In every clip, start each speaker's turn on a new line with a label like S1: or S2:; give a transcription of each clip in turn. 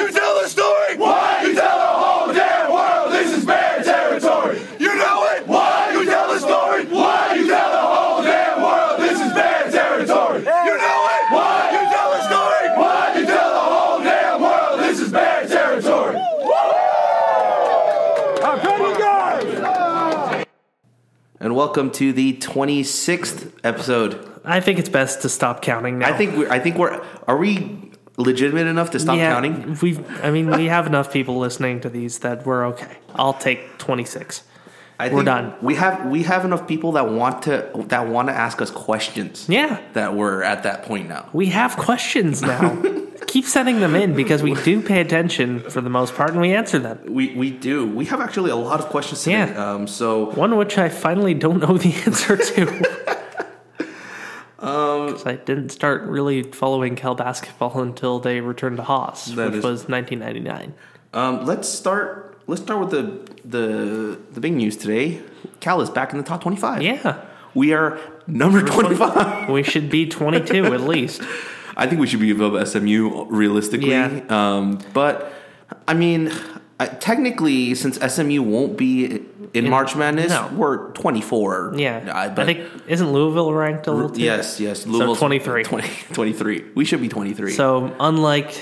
S1: You tell the story! Why? You tell the whole damn world this is bear territory! You know it! Why? You tell the story! Why? You tell the whole damn world this is bear territory! You know it! Why? You tell the story! Why? You tell the whole damn world this is bear territory! I've you
S2: And welcome to the 26th episode.
S3: I think it's best to stop counting now.
S2: I think we're, I think we're are we legitimate enough to stop
S3: yeah,
S2: counting?
S3: We, I mean, we have enough people listening to these that we're okay. I'll take twenty six.
S2: I
S3: We're
S2: think
S3: done.
S2: We have we have enough people that want to that want to ask us questions.
S3: Yeah,
S2: That we're at that point now.
S3: we have questions now. Keep sending them in because we do pay attention for the most part, and we answer them.
S2: We we do. We have actually a lot of questions today.
S3: Yeah.
S2: Um so
S3: One which I finally don't know the answer to.
S2: Um,
S3: Because I didn't start really following Cal basketball until they returned to Haas,
S2: That
S3: which
S2: is-
S3: was 1999.
S2: um let's start let's start with the the the big news today. Cal is back in the top 25.
S3: Yeah,
S2: We are number 25.
S3: we should be 22 at least.
S2: I think we should be above SMU realistically.
S3: Yeah.
S2: Um, but I mean, I, technically, since SMU won't be in, March Madness,
S3: no.
S2: we're 24.
S3: Yeah,
S2: I,
S3: I
S2: but
S3: think isn't Louisville ranked a little too?
S2: yes, yes. Louisville's
S3: 23.
S2: 20 23. We should be 23.
S3: So unlike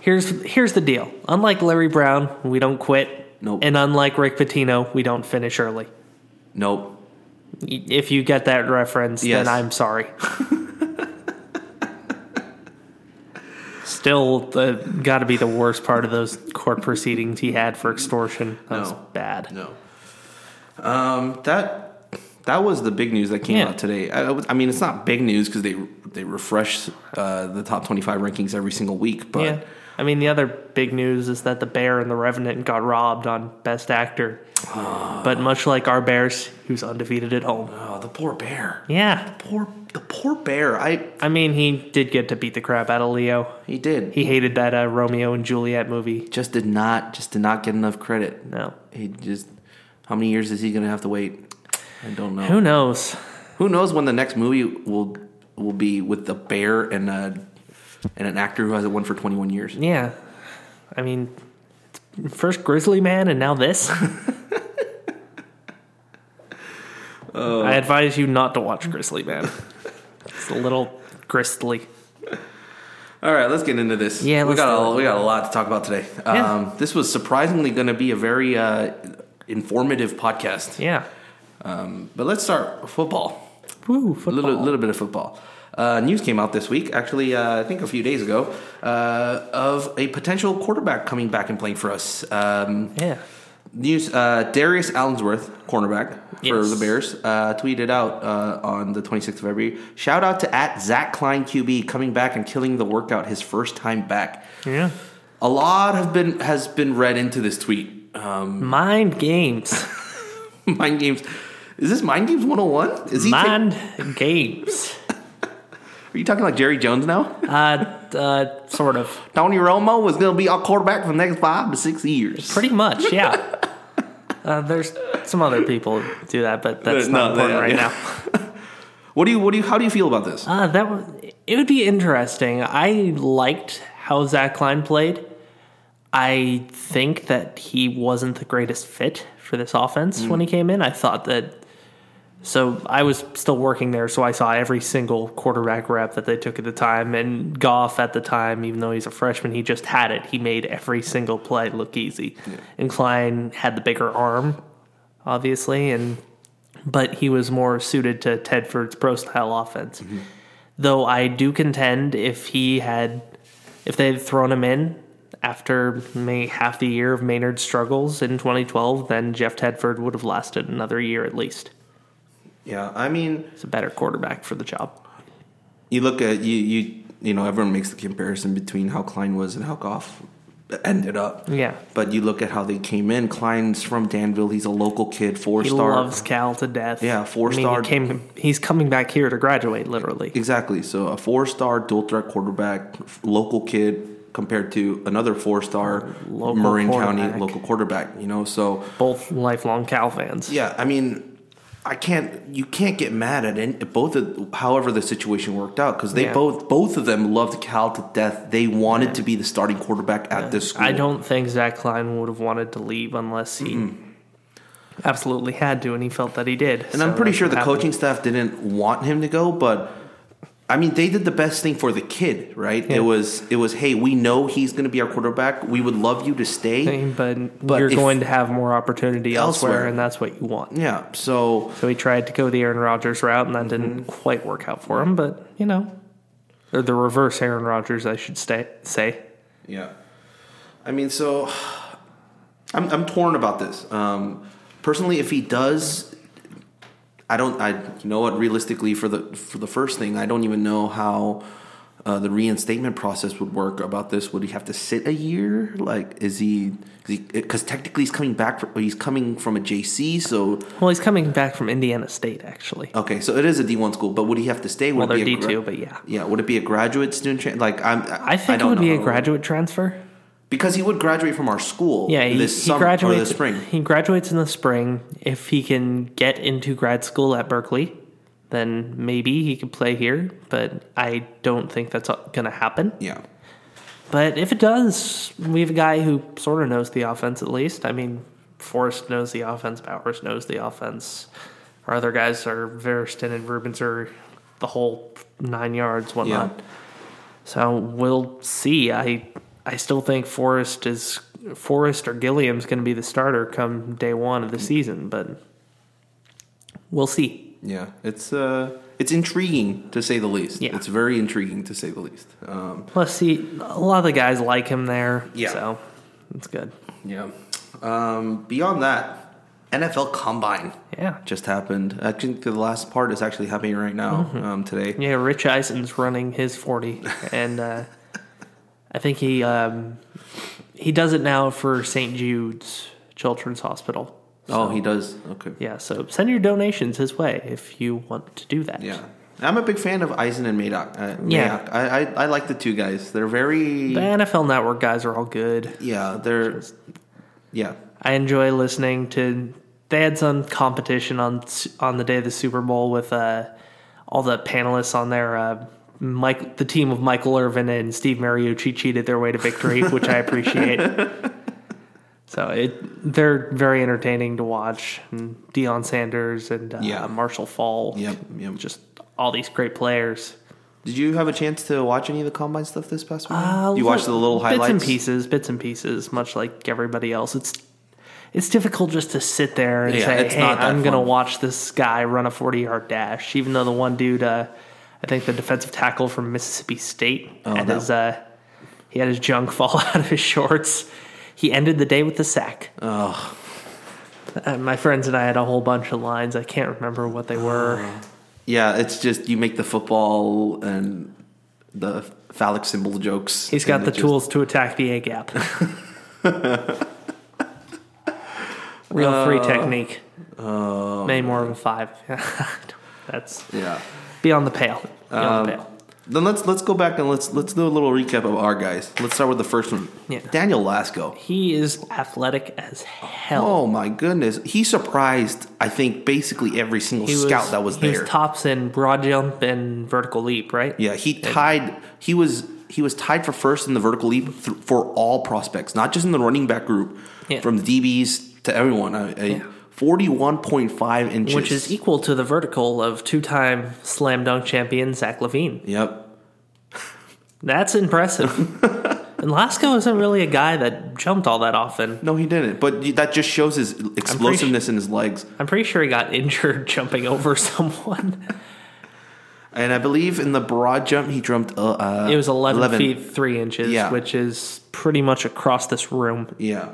S3: here's here's the deal. Unlike Larry Brown, we don't quit.
S2: Nope.
S3: And unlike Rick Pitino, we don't finish early.
S2: nope.
S3: Y- If you get that reference,
S2: Yes.
S3: then I'm sorry. Still, the, got to be the worst part of those court proceedings he had for extortion. That was
S2: No.
S3: bad.
S2: No. Um, that that was the big news that came
S3: Yeah.
S2: out today. I, I was- I mean, it's not big news because they they refresh uh, the top 25 rankings every single week, but.
S3: Yeah. I mean, the other big news is that the bear and the revenant got robbed on Best Actor. but much like our bears, who's undefeated at home.
S2: Oh, the poor bear.
S3: Yeah.
S2: Poor the poor bear. I
S3: I mean, he did get to beat the crap out of Leo.
S2: he did.
S3: He hated that uh, Romeo and Juliet movie.
S2: just did not just did not get enough credit.
S3: No.
S2: He just how many years is he gonna have to wait? I don't know.
S3: Who knows?
S2: Who knows when the next movie will will be with the bear and a and an actor who hasn't won for twenty one years.
S3: Yeah. I mean, it's first Grizzly Man and now this. I advise you not to watch Grizzly Man. it's a little gristly.
S2: All right, let's get into this.
S3: Yeah,
S2: we
S3: let's
S2: got
S3: do
S2: a,
S3: it.
S2: we got a lot to talk about today.
S3: Yeah.
S2: Um, this was surprisingly going to be a very uh, informative podcast.
S3: Yeah.
S2: Um, but let's start with football.
S3: Woo,
S2: A
S3: football.
S2: little, little bit of football. Uh, news came out this week, actually, uh, I think a few days ago, uh, of a potential quarterback coming back and playing for us. Um,
S3: yeah.
S2: news uh, Darius Allensworth, cornerback for
S3: Yes.
S2: the Bears, uh, tweeted out uh, on the 26th of February shout out to at Zach Klein QB coming back and killing the workout his first time back.
S3: Yeah.
S2: A lot have been has been read into this tweet. Um,
S3: Mind games.
S2: mind games. Is this Mind Games 101? Is he? ta-
S3: Mind games.
S2: are you talking like Jerry Jones now?
S3: Uh, uh, sort of.
S2: Tony Romo was going to be our quarterback for the next five to six years.
S3: Pretty much, yeah. uh, there's some other people who do that, but that's
S2: They're
S3: not
S2: not-
S3: important
S2: yeah, yeah.
S3: right now.
S2: What do you? What do you? How do you feel about this?
S3: Uh, that w- it would be interesting. I liked how Zach Klein played. I think that he wasn't the greatest fit for this offense when he came in. I thought that. So I was still working there, so I saw every single quarterback rep that they took at the time. And Goff at the time, even though he's a freshman, he just had it. He made every single play look easy. And Klein had the bigger arm, obviously, and but he was more suited to Tedford's pro style offense. Though I do contend if he had if they had thrown him in after may half the year of Maynard's struggles in 2012, then Jeff Tedford would have lasted another year at least.
S2: Yeah, I mean,
S3: He's a better quarterback for the job.
S2: you look at you you you know everyone makes the comparison between how Klein was and how Goff ended up.
S3: Yeah.
S2: But you look at how they came in. Klein's from Danville. He's a local kid, four
S3: He
S2: star.
S3: loves Cal to death.
S2: Yeah, four-star.
S3: I mean, he came, he's coming back here to graduate, literally.
S2: Exactly. So a four star dual threat quarterback, f- local kid compared to another four star
S3: Local
S2: Marin County
S3: quarterback.
S2: local quarterback, you know? So
S3: Both lifelong Cal fans.
S2: yeah, I mean I can't you can't get mad at any, both of however the situation worked out because they
S3: Yeah.
S2: both both of them loved Cal to death. They wanted to be the starting quarterback at this school.
S3: I don't think Zach Klein would have wanted to leave unless he absolutely had to, and he felt that he did.
S2: Mm-hmm. And I'm pretty sure the coaching staff didn't want him to go, but I mean, they did the best thing for the kid, right?
S3: Yeah.
S2: It was it was, hey, we know he's going to be our quarterback. We would love you to stay.
S3: thing, but,
S2: But
S3: you're
S2: if-
S3: going to have more opportunity elsewhere,
S2: Elsewhere.
S3: and that's what you want.
S2: Yeah. So
S3: So he tried to go the Aaron Rodgers route, and that didn't
S2: Mm-hmm.
S3: quite work out for him. But you know, or the reverse Aaron Rodgers, I should stay, say.
S2: yeah, I mean, so I'm I'm torn about this. Um, personally, if he does, I don't. I you know what? Realistically, for the for the first thing, I don't even know how. Uh, the reinstatement process would work about this. Would he have to sit a year? Like, is he? Because technically, he's coming back. From, he's coming from a JC. So
S3: Well, he's coming back from Indiana State, actually.
S2: okay, so it is a D one school. But would he have to stay?
S3: well,
S2: Would
S3: they're
S2: it Oh, be
S3: D
S2: a gra-
S3: two, but yeah,
S2: yeah, would it be a graduate student? Tra- like, I'm. I,
S3: I think it
S2: don't
S3: would be
S2: know
S3: a
S2: how
S3: graduate transfer.
S2: because he would graduate from our school.
S3: Yeah, he,
S2: this
S3: he
S2: summer
S3: graduates
S2: or this spring.
S3: He graduates in the spring. If he can get into grad school at Berkeley, then maybe he could play here. But I don't think that's going to happen.
S2: Yeah,
S3: But if it does, we have a guy who sort of knows the offense at least. I mean, Forrest knows the offense, Bowers knows the offense. Our other guys are Verston and Rubens are the whole nine yards, whatnot.
S2: Yeah.
S3: So we'll see. I I still think Forrest is Forrest or Gilliam's going to be the starter come day one of the season, but we'll see.
S2: yeah. It's uh, it's intriguing to say the least.
S3: Yeah.
S2: it's very intriguing to say the least. Um,
S3: Plus, see a lot of the guys like him there.
S2: Yeah.
S3: so it's good.
S2: yeah. Um, beyond that, NFL Combine
S3: Yeah.
S2: just happened. I think the last part is actually happening right now. Um, today.
S3: Mm-hmm. Yeah, Rich Eisen's running his 40, and uh, I think he um, he does it now for St. Jude's Children's Hospital.
S2: Oh, he does. Okay.
S3: Yeah, so send your donations his way if you want to do that.
S2: Yeah. I'm a big fan of Eisen and Madoc. Uh,
S3: Yeah.
S2: Mayock. I, I I like the two guys. They're very.
S3: The NFL Network guys are all good.
S2: yeah, they're. Yeah.
S3: I enjoy listening to. They had some competition on s- on the day of the Super Bowl with uh, all the panelists on there. Uh, Mike, the team of Michael Irvin and Steve Mariucci cheated their way to victory, which I appreciate. So it they're very entertaining to watch. And Deion Sanders and uh,
S2: Yeah.
S3: Marshall Fall,
S2: Yep, yep.
S3: just all these great players.
S2: Did you have a chance to watch any of the combine stuff this past week?
S3: Uh,
S2: you watched the little
S3: bits
S2: highlights.
S3: and pieces, bits and pieces, much like everybody else. It's it's difficult just to sit there and
S2: Yeah,
S3: say,
S2: it's
S3: "Hey,
S2: not that
S3: I'm going to
S2: fun.
S3: watch this guy run a 40 yard dash." Even though the one dude, uh, I think the defensive tackle from Mississippi State, had
S2: that-
S3: his uh, he had his junk fall out of his shorts. He ended the day with a sack. Oh. my friends and I had a whole bunch of lines. I can't remember what they were.
S2: Yeah, it's just you make the football and the phallic symbol jokes.
S3: He's got
S2: and
S3: the
S2: it just-
S3: tools to attack the A gap. Real three
S2: Uh,
S3: technique.
S2: oh,
S3: Maybe more of a five. That's
S2: Yeah.
S3: beyond the pale. Beyond the
S2: Um,
S3: pale.
S2: then let's let's go back and let's let's do a little recap of our guys. Let's start with the first one.
S3: Yeah.
S2: Daniel Lasco.
S3: He is athletic as hell.
S2: Oh my goodness, he surprised I think basically every single
S3: he
S2: scout that was
S3: he
S2: there.
S3: was tops in broad jump and vertical leap, right?
S2: yeah, he tied. He was he was tied for first in the vertical leap th- for all prospects, not just in the running back group,
S3: Yeah.
S2: from the DBs to everyone. I, I, 41.5 inches.
S3: which is equal to the vertical of two-time slam dunk champion Zach Levine.
S2: Yep.
S3: That's impressive. and Lasco isn't really a guy that jumped all that often.
S2: No, he didn't. But y- that just shows his explosiveness in his legs.
S3: I'm pretty sure he got injured jumping over someone.
S2: And I believe in the broad jump, he jumped. Uh, uh,
S3: It was 11, feet 3 inches,
S2: Yeah.
S3: which is pretty much across this room.
S2: Yeah,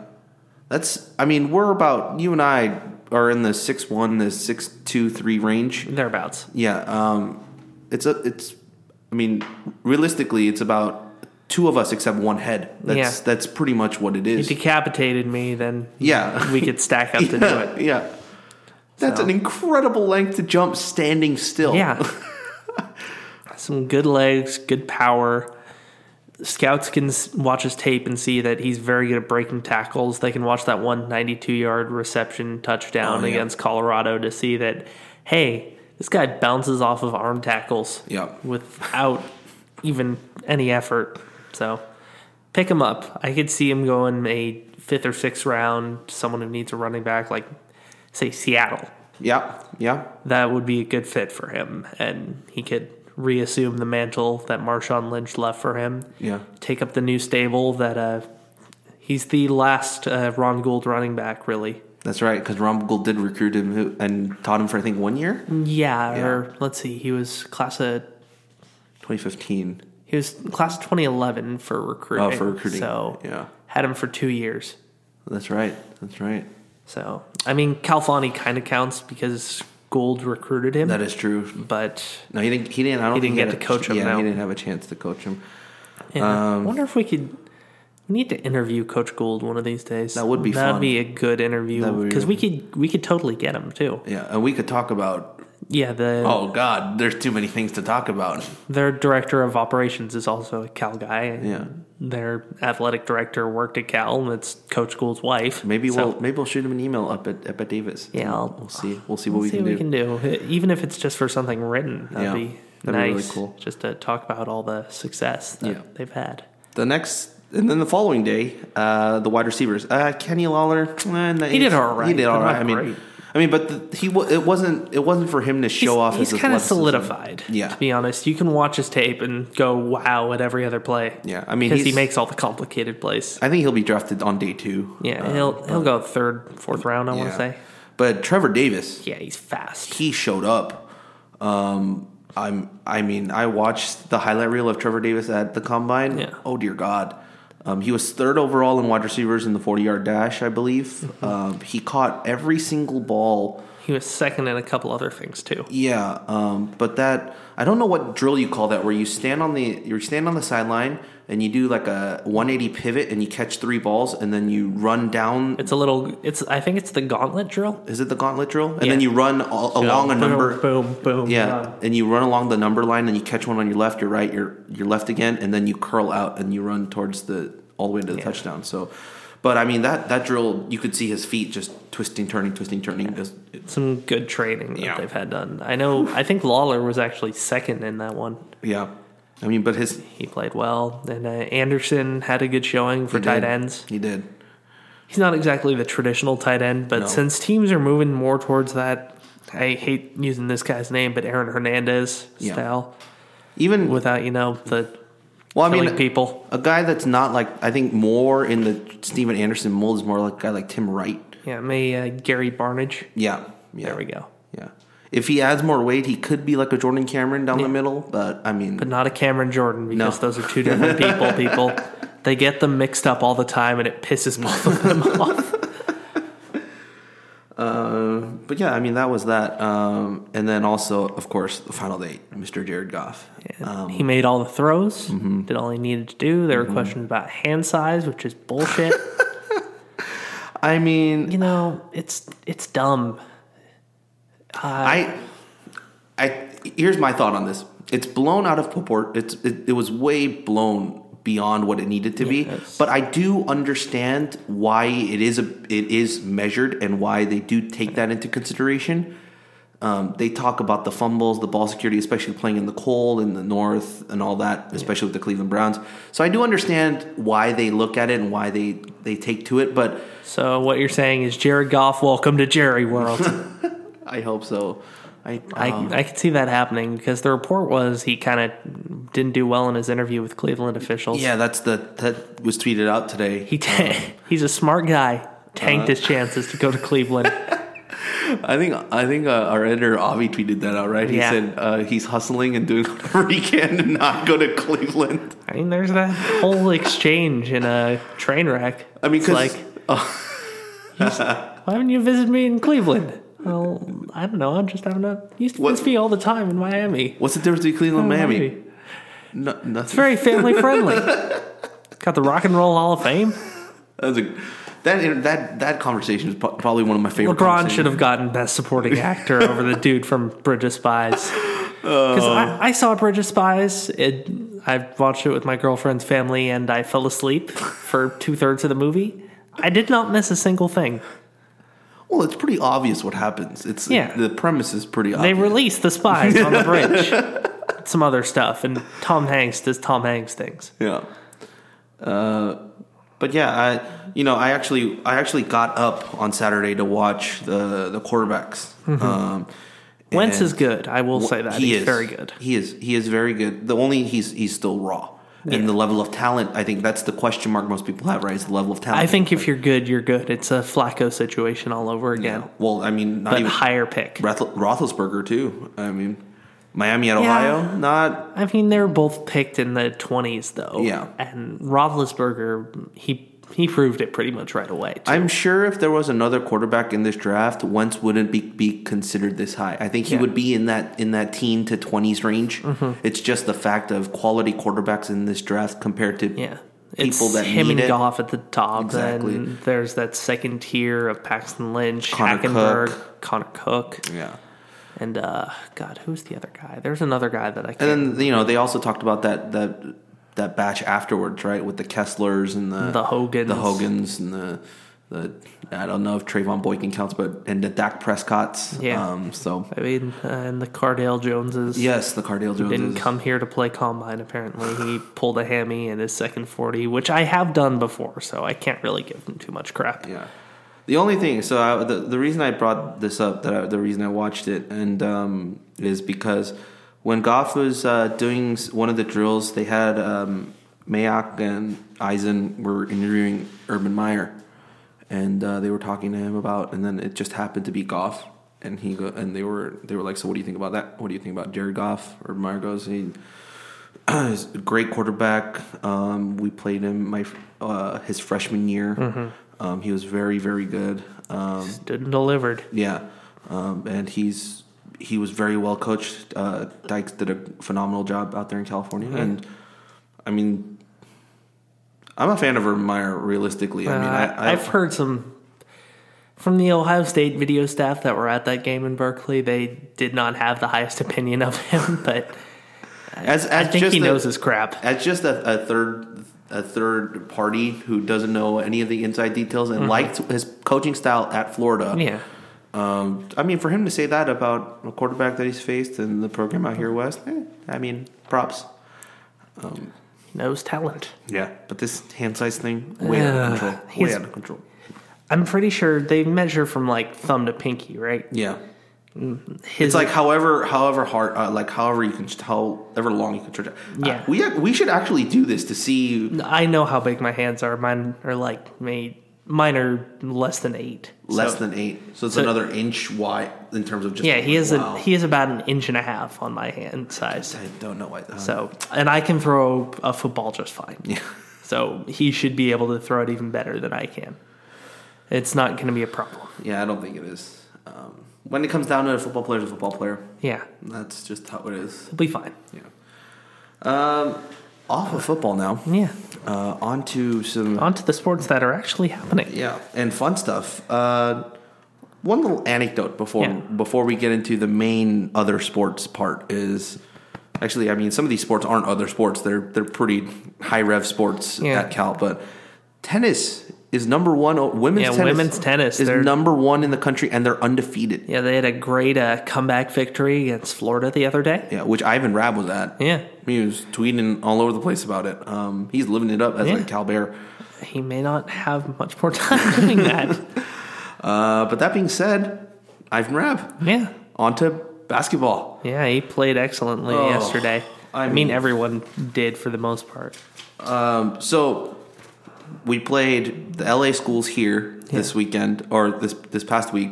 S2: that's. I mean, we're about you and I are in the six one, the six two three range.
S3: Thereabouts.
S2: Yeah, um, it's a. It's. I mean, realistically, it's about two of us except one head. That's
S3: Yeah.
S2: that's pretty much what it
S3: He
S2: is.
S3: decapitated me, then
S2: Yeah.
S3: we could stack up to do
S2: yeah,
S3: it.
S2: yeah. That's
S3: So.
S2: an incredible length to jump standing still.
S3: Yeah. Some good legs, good power. Scouts can s- watch his tape and see that he's very good at breaking tackles. They can watch that one 92 yard reception touchdown
S2: Oh, yeah.
S3: against Colorado to see that, hey, this guy bounces off of arm tackles
S2: Yeah.
S3: without even any effort. So pick him up. I could see him going a fifth or sixth round, someone who needs a running back, like, say, Seattle
S2: Yeah. Yeah.
S3: that would be a good fit for him, and he could reassume the mantle that Marshawn Lynch left for him.
S2: Yeah.
S3: take up the new stable that uh, he's the last uh, Ron Gould running back, really.
S2: That's right, because Rumble did recruit him and taught him for I think one year,
S3: Yeah,
S2: Yeah.
S3: or let's see, he was class of
S2: 2015.
S3: he was class of 2011 for recruiting.
S2: Oh, for recruiting.
S3: So
S2: Yeah.
S3: had him for two years.
S2: That's right. That's right.
S3: So I mean, Calfani kind of counts because Gould recruited him,
S2: That is true.
S3: but
S2: No, he didn't. He didn't. I don't.
S3: He
S2: think
S3: didn't get
S2: had
S3: to
S2: a-
S3: coach him,
S2: Yeah,
S3: no.
S2: he didn't have a chance to coach him.
S3: Yeah.
S2: Um,
S3: I wonder if we could. We need to interview Coach Gould one of these days.
S2: That would be
S3: That'd
S2: fun.
S3: be a good interview
S2: That would be
S3: because
S2: good.
S3: we could we could totally get him too.
S2: Yeah, and we could talk about.
S3: Yeah, the
S2: Oh God, there's too many things to talk about.
S3: their director of operations is also a Cal guy.
S2: Yeah.
S3: their athletic director worked at Cal, and it's Coach Gould's wife.
S2: Maybe
S3: So,
S2: we'll maybe we'll shoot him an email up at up at Davis.
S3: Yeah, I'll-
S2: we'll see. We'll see what we
S3: see
S2: can
S3: what
S2: do.
S3: we can do, E, even if it's just for something written. That'd
S2: Yeah.
S3: be
S2: That'd be
S3: nice.
S2: really cool.
S3: Just to talk about all the success that
S2: Yeah.
S3: they've had.
S2: The next. And then the following day, uh, the wide receivers, uh, Kenny Lawler, eh, in the
S3: He did
S2: eighth-
S3: all right,
S2: He did all
S3: but not
S2: right. I mean,
S3: great.
S2: I mean, but the, he wa- it wasn't it wasn't for him to show
S3: he's,
S2: off. his
S3: kind of
S2: athleticism.
S3: solidified.
S2: Yeah.
S3: to be honest, you can watch his tape and go wow at every other play.
S2: Yeah, I mean,
S3: because he
S2: he's-
S3: makes all the complicated plays.
S2: I think he'll be drafted on day two.
S3: Yeah,
S2: Uh,
S3: he'll he'll go third, fourth round. I want
S2: yeah.
S3: to say.
S2: But Trevor Davis,
S3: Yeah, he's fast.
S2: he showed up. Um, I'm. I mean, I watched the highlight reel of Trevor Davis at the combine.
S3: Yeah.
S2: Oh dear God. Um, he was third overall in wide receivers in the 40 yard dash, I believe.
S3: Mm-hmm.
S2: Um, he caught every single ball.
S3: He was second in a couple other things too.
S2: Yeah, um, but that I don't know what drill you call that, where you stand on the you stand on the sideline and you do like a 180 pivot and you catch three balls and then you run down.
S3: It's a little. It's I think it's the gauntlet drill.
S2: Is it the gauntlet drill? And
S3: Yeah.
S2: then you run all, along a
S3: boom,
S2: number.
S3: Boom, boom.
S2: Yeah,
S3: done.
S2: and you run along the number line, and you catch one on your left, your right, your your left again, and then you curl out and you run towards the all the way to the touchdown. So, but I mean that that drill, you could see his feet just twisting, turning, twisting, turning. Just- it's-
S3: Some good training that
S2: Yeah.
S3: they've had done. I know. I think Lawler was actually second in that one.
S2: yeah, I mean, but his
S3: He played well, and uh, Anderson had a good showing for
S2: he
S3: tight
S2: did.
S3: ends.
S2: he did.
S3: he's not exactly the traditional tight end, but
S2: No.
S3: since teams are moving more towards that, I hate using this guy's name, but Aaron Hernandez
S2: Yeah.
S3: style
S2: Even with
S3: without you know the
S2: well, I
S3: killing
S2: mean, uh,
S3: people.
S2: a guy that's not like I think more in the Steven Anderson mold is more like a guy like Tim Wright.
S3: Yeah, may uh, Gary Barnage.
S2: Yeah, yeah,
S3: There we go.
S2: Yeah, if he adds more weight, he could be like a Jordan Cameron down the middle. But I mean,
S3: But not a Cameron Jordan because
S2: No.
S3: those are two different people. People, they get them mixed up all the time, and it pisses both of them off.
S2: But yeah, I mean that was that, um, and then also, of course, the final date, Mr. Jared Goff.
S3: And
S2: Um,
S3: he made all the throws,
S2: mm-hmm.
S3: did all he needed to do. There were questions about hand size, which is bullshit.
S2: I mean,
S3: you know, it's it's dumb.
S2: I, I here's my thought on this: it's blown out of proport. It's it, it was way blown beyond what it needed to be.
S3: Yes.
S2: But I do understand why it is a it is measured and why they do take that into consideration. Um, they talk about the fumbles, the ball security, especially playing in the cold in the north and all that, especially with the Cleveland Browns. So I do understand why they look at it and why they they take to it, but
S3: So what you're saying is Jared Goff, welcome to Jerry World.
S2: I hope so. I,
S3: I
S2: um,
S3: I could see that happening because the report was he kind of didn't do well in his interview with Cleveland officials.
S2: yeah, that's the that was tweeted out today.
S3: he ta- he's a smart guy. Tanked his chances to go to Cleveland.
S2: I think I think uh, our editor Avi tweeted that out. Right? He
S3: Yeah.
S2: said uh, he's hustling and doing whatever he can to not go to Cleveland.
S3: I mean, there's that whole exchange in a train wreck.
S2: I mean,
S3: It's
S2: 'cause- uh,
S3: like, why haven't you visited me in Cleveland? Well, I don't know. I'm just having a you used to
S2: What-
S3: visit me all the time in Miami.
S2: What's the difference between Cleveland and
S3: Miami.
S2: Miami? No, nothing.
S3: Oh, It's very family friendly. Got the Rock and Roll Hall of Fame.
S2: That was a, that inter- that that conversation is pro- probably one of my favorite.
S3: LeBron should have gotten Best Supporting Actor over the dude from Bridge of Spies. Because
S2: Oh.
S3: I, I saw Bridge of Spies. It, I watched it with my girlfriend's family, and I fell asleep for two thirds of the movie. I did not miss a single thing.
S2: Well, it's pretty obvious what happens. It's
S3: Yeah.
S2: The premise is pretty
S3: They
S2: obvious.
S3: released the spies on the bridge, some other stuff, and Tom Hanks does Tom Hanks things.
S2: yeah. Uh, but yeah, I you know I actually I actually got up on Saturday to watch the the quarterbacks.
S3: Mm-hmm.
S2: Um,
S3: Wentz
S2: and-
S3: is good. I will say that he's very good.
S2: He is. He is very good. The only he's he's still raw. And the level of talent, I think that's the question mark most people have, right? Is the level of talent.
S3: I think if you're good, you're good. It's a Flacco situation all over again,
S2: Well, I mean, not
S3: but
S2: even
S3: higher pick.
S2: Rath- Roethlisberger too. I mean, Miami at Ohio, not
S3: I mean, they're both picked in the twenties, though.
S2: Yeah.
S3: and Roethlisberger, he he proved it pretty much right away. too.
S2: I'm sure if there was another quarterback in this draft, Wentz wouldn't be, be considered this high. I think he
S3: Yeah. Mm-hmm.
S2: would be in that in that teen to twenties range. It's just the fact of quality quarterbacks in this draft compared to
S3: yeah,
S2: people
S3: it's
S2: that
S3: him
S2: need
S3: and
S2: it.
S3: Goff at the top.
S2: Exactly.
S3: And there's that second tier of Paxton Lynch,
S2: Connor
S3: Hackenberg,
S2: Cook.
S3: Connor Cook,
S2: Yeah.
S3: and uh, God, who's the other guy? There's another guy that I can't.
S2: And then you know they also talked about that that that batch afterwards, right? With the Kesslers and the
S3: The Hogans.
S2: the Hogans and the the I don't know if Trayvon Boykin counts, but and the Dak Prescott's.
S3: Yeah.
S2: Um, so
S3: I mean, uh, and the Cardale Joneses.
S2: yes, the Cardale Jones
S3: Didn't come here to play combine. Apparently, he pulled a hammy in his second forty, which I have done before, so I can't really give him too much crap.
S2: Yeah. The only thing, so I, the the reason I brought this up, that I, the reason I watched it, and um, is because when Goff was uh, doing s- one of the drills, they had um, Mayock and Eisen were interviewing Urban Meyer, and uh, they were talking to him about, and then it just happened to be Goff, and he go, and they were they were like, so what do you think about that? What do you think about Jared Goff? Urban Meyer goes, he He's a great quarterback. Um, we played him my uh, his freshman year.
S3: Mm-hmm.
S2: Um, he was very very good. Um,
S3: Stood and delivered.
S2: yeah, um, and he's he was very well coached. Uh, Dykes did a phenomenal job out there in California,
S3: Mm-hmm.
S2: and I mean, I'm a fan of Urban Meyer. Realistically, I mean,
S3: Uh,
S2: I, I,
S3: I've heard some from the Ohio State video staff that were at that game in Berkeley. They did not have the highest opinion of him, but
S2: as,
S3: I
S2: as
S3: think
S2: just
S3: he
S2: a-
S3: knows his crap.
S2: As just a, a third a third party who doesn't know any of the inside details and liked his coaching style at Florida.
S3: Mm-hmm. Yeah,
S2: Um, I mean, for him to say that about a quarterback that he's faced in the program out here west, eh, I mean, props.
S3: knows talent.
S2: Yeah, but this hand size thing, way out
S3: Ugh,
S2: of control. Way
S3: he's-
S2: out of control.
S3: I'm pretty sure they measure from like thumb to pinky, right?
S2: Yeah,
S3: His,
S2: it's like however, however hard, uh, like however you can, however long you can stretch. it. Uh,
S3: Yeah.
S2: we we should actually do this to see
S3: I know how big my hands are. Mine are like me. Mine are less than eight.
S2: less
S3: So-
S2: than eight. So it's
S3: so-
S2: another inch wide in terms of just.
S3: Yeah, he is
S2: wow.
S3: a he is about an inch and a half on my hand size.
S2: I don't know why. uh,
S3: So, and I can throw a football just fine. So he should be able to throw it even better than I can. It's not going to be a problem.
S2: yeah, I don't think it is. Um, when it comes down to a football player, is a football player.
S3: Yeah,
S2: That's just how it is.
S3: it'll be fine.
S2: Yeah. Um, off of football now.
S3: Yeah.
S2: Uh, on to some
S3: On to the sports that are actually happening.
S2: yeah and fun stuff. Uh, one little anecdote before
S3: Yeah.
S2: before we get into the main other sports part is actually I mean some of these sports aren't other sports they're they're pretty high rev sports
S3: Yeah.
S2: at Cal but tennis is number one. o- Women's
S3: Yeah,
S2: tennis
S3: women's tennis,
S2: is
S3: they're-
S2: number one in the country, and they're undefeated.
S3: Yeah, they had a great uh, comeback victory against Florida the other day.
S2: Yeah, which Ivan Rabb was at.
S3: Yeah,
S2: He was tweeting all over the place about it. Um, he's living it up as
S3: Yeah.
S2: a Cal Bear.
S3: he may not have much more time doing that.
S2: Uh, but that being said, Ivan Rabb
S3: Yeah,
S2: on to basketball.
S3: yeah, he played excellently
S2: Oh,
S3: yesterday.
S2: I
S3: I mean,
S2: mean-
S3: everyone did for the most part.
S2: So we played the LA schools here this weekend or this this past week.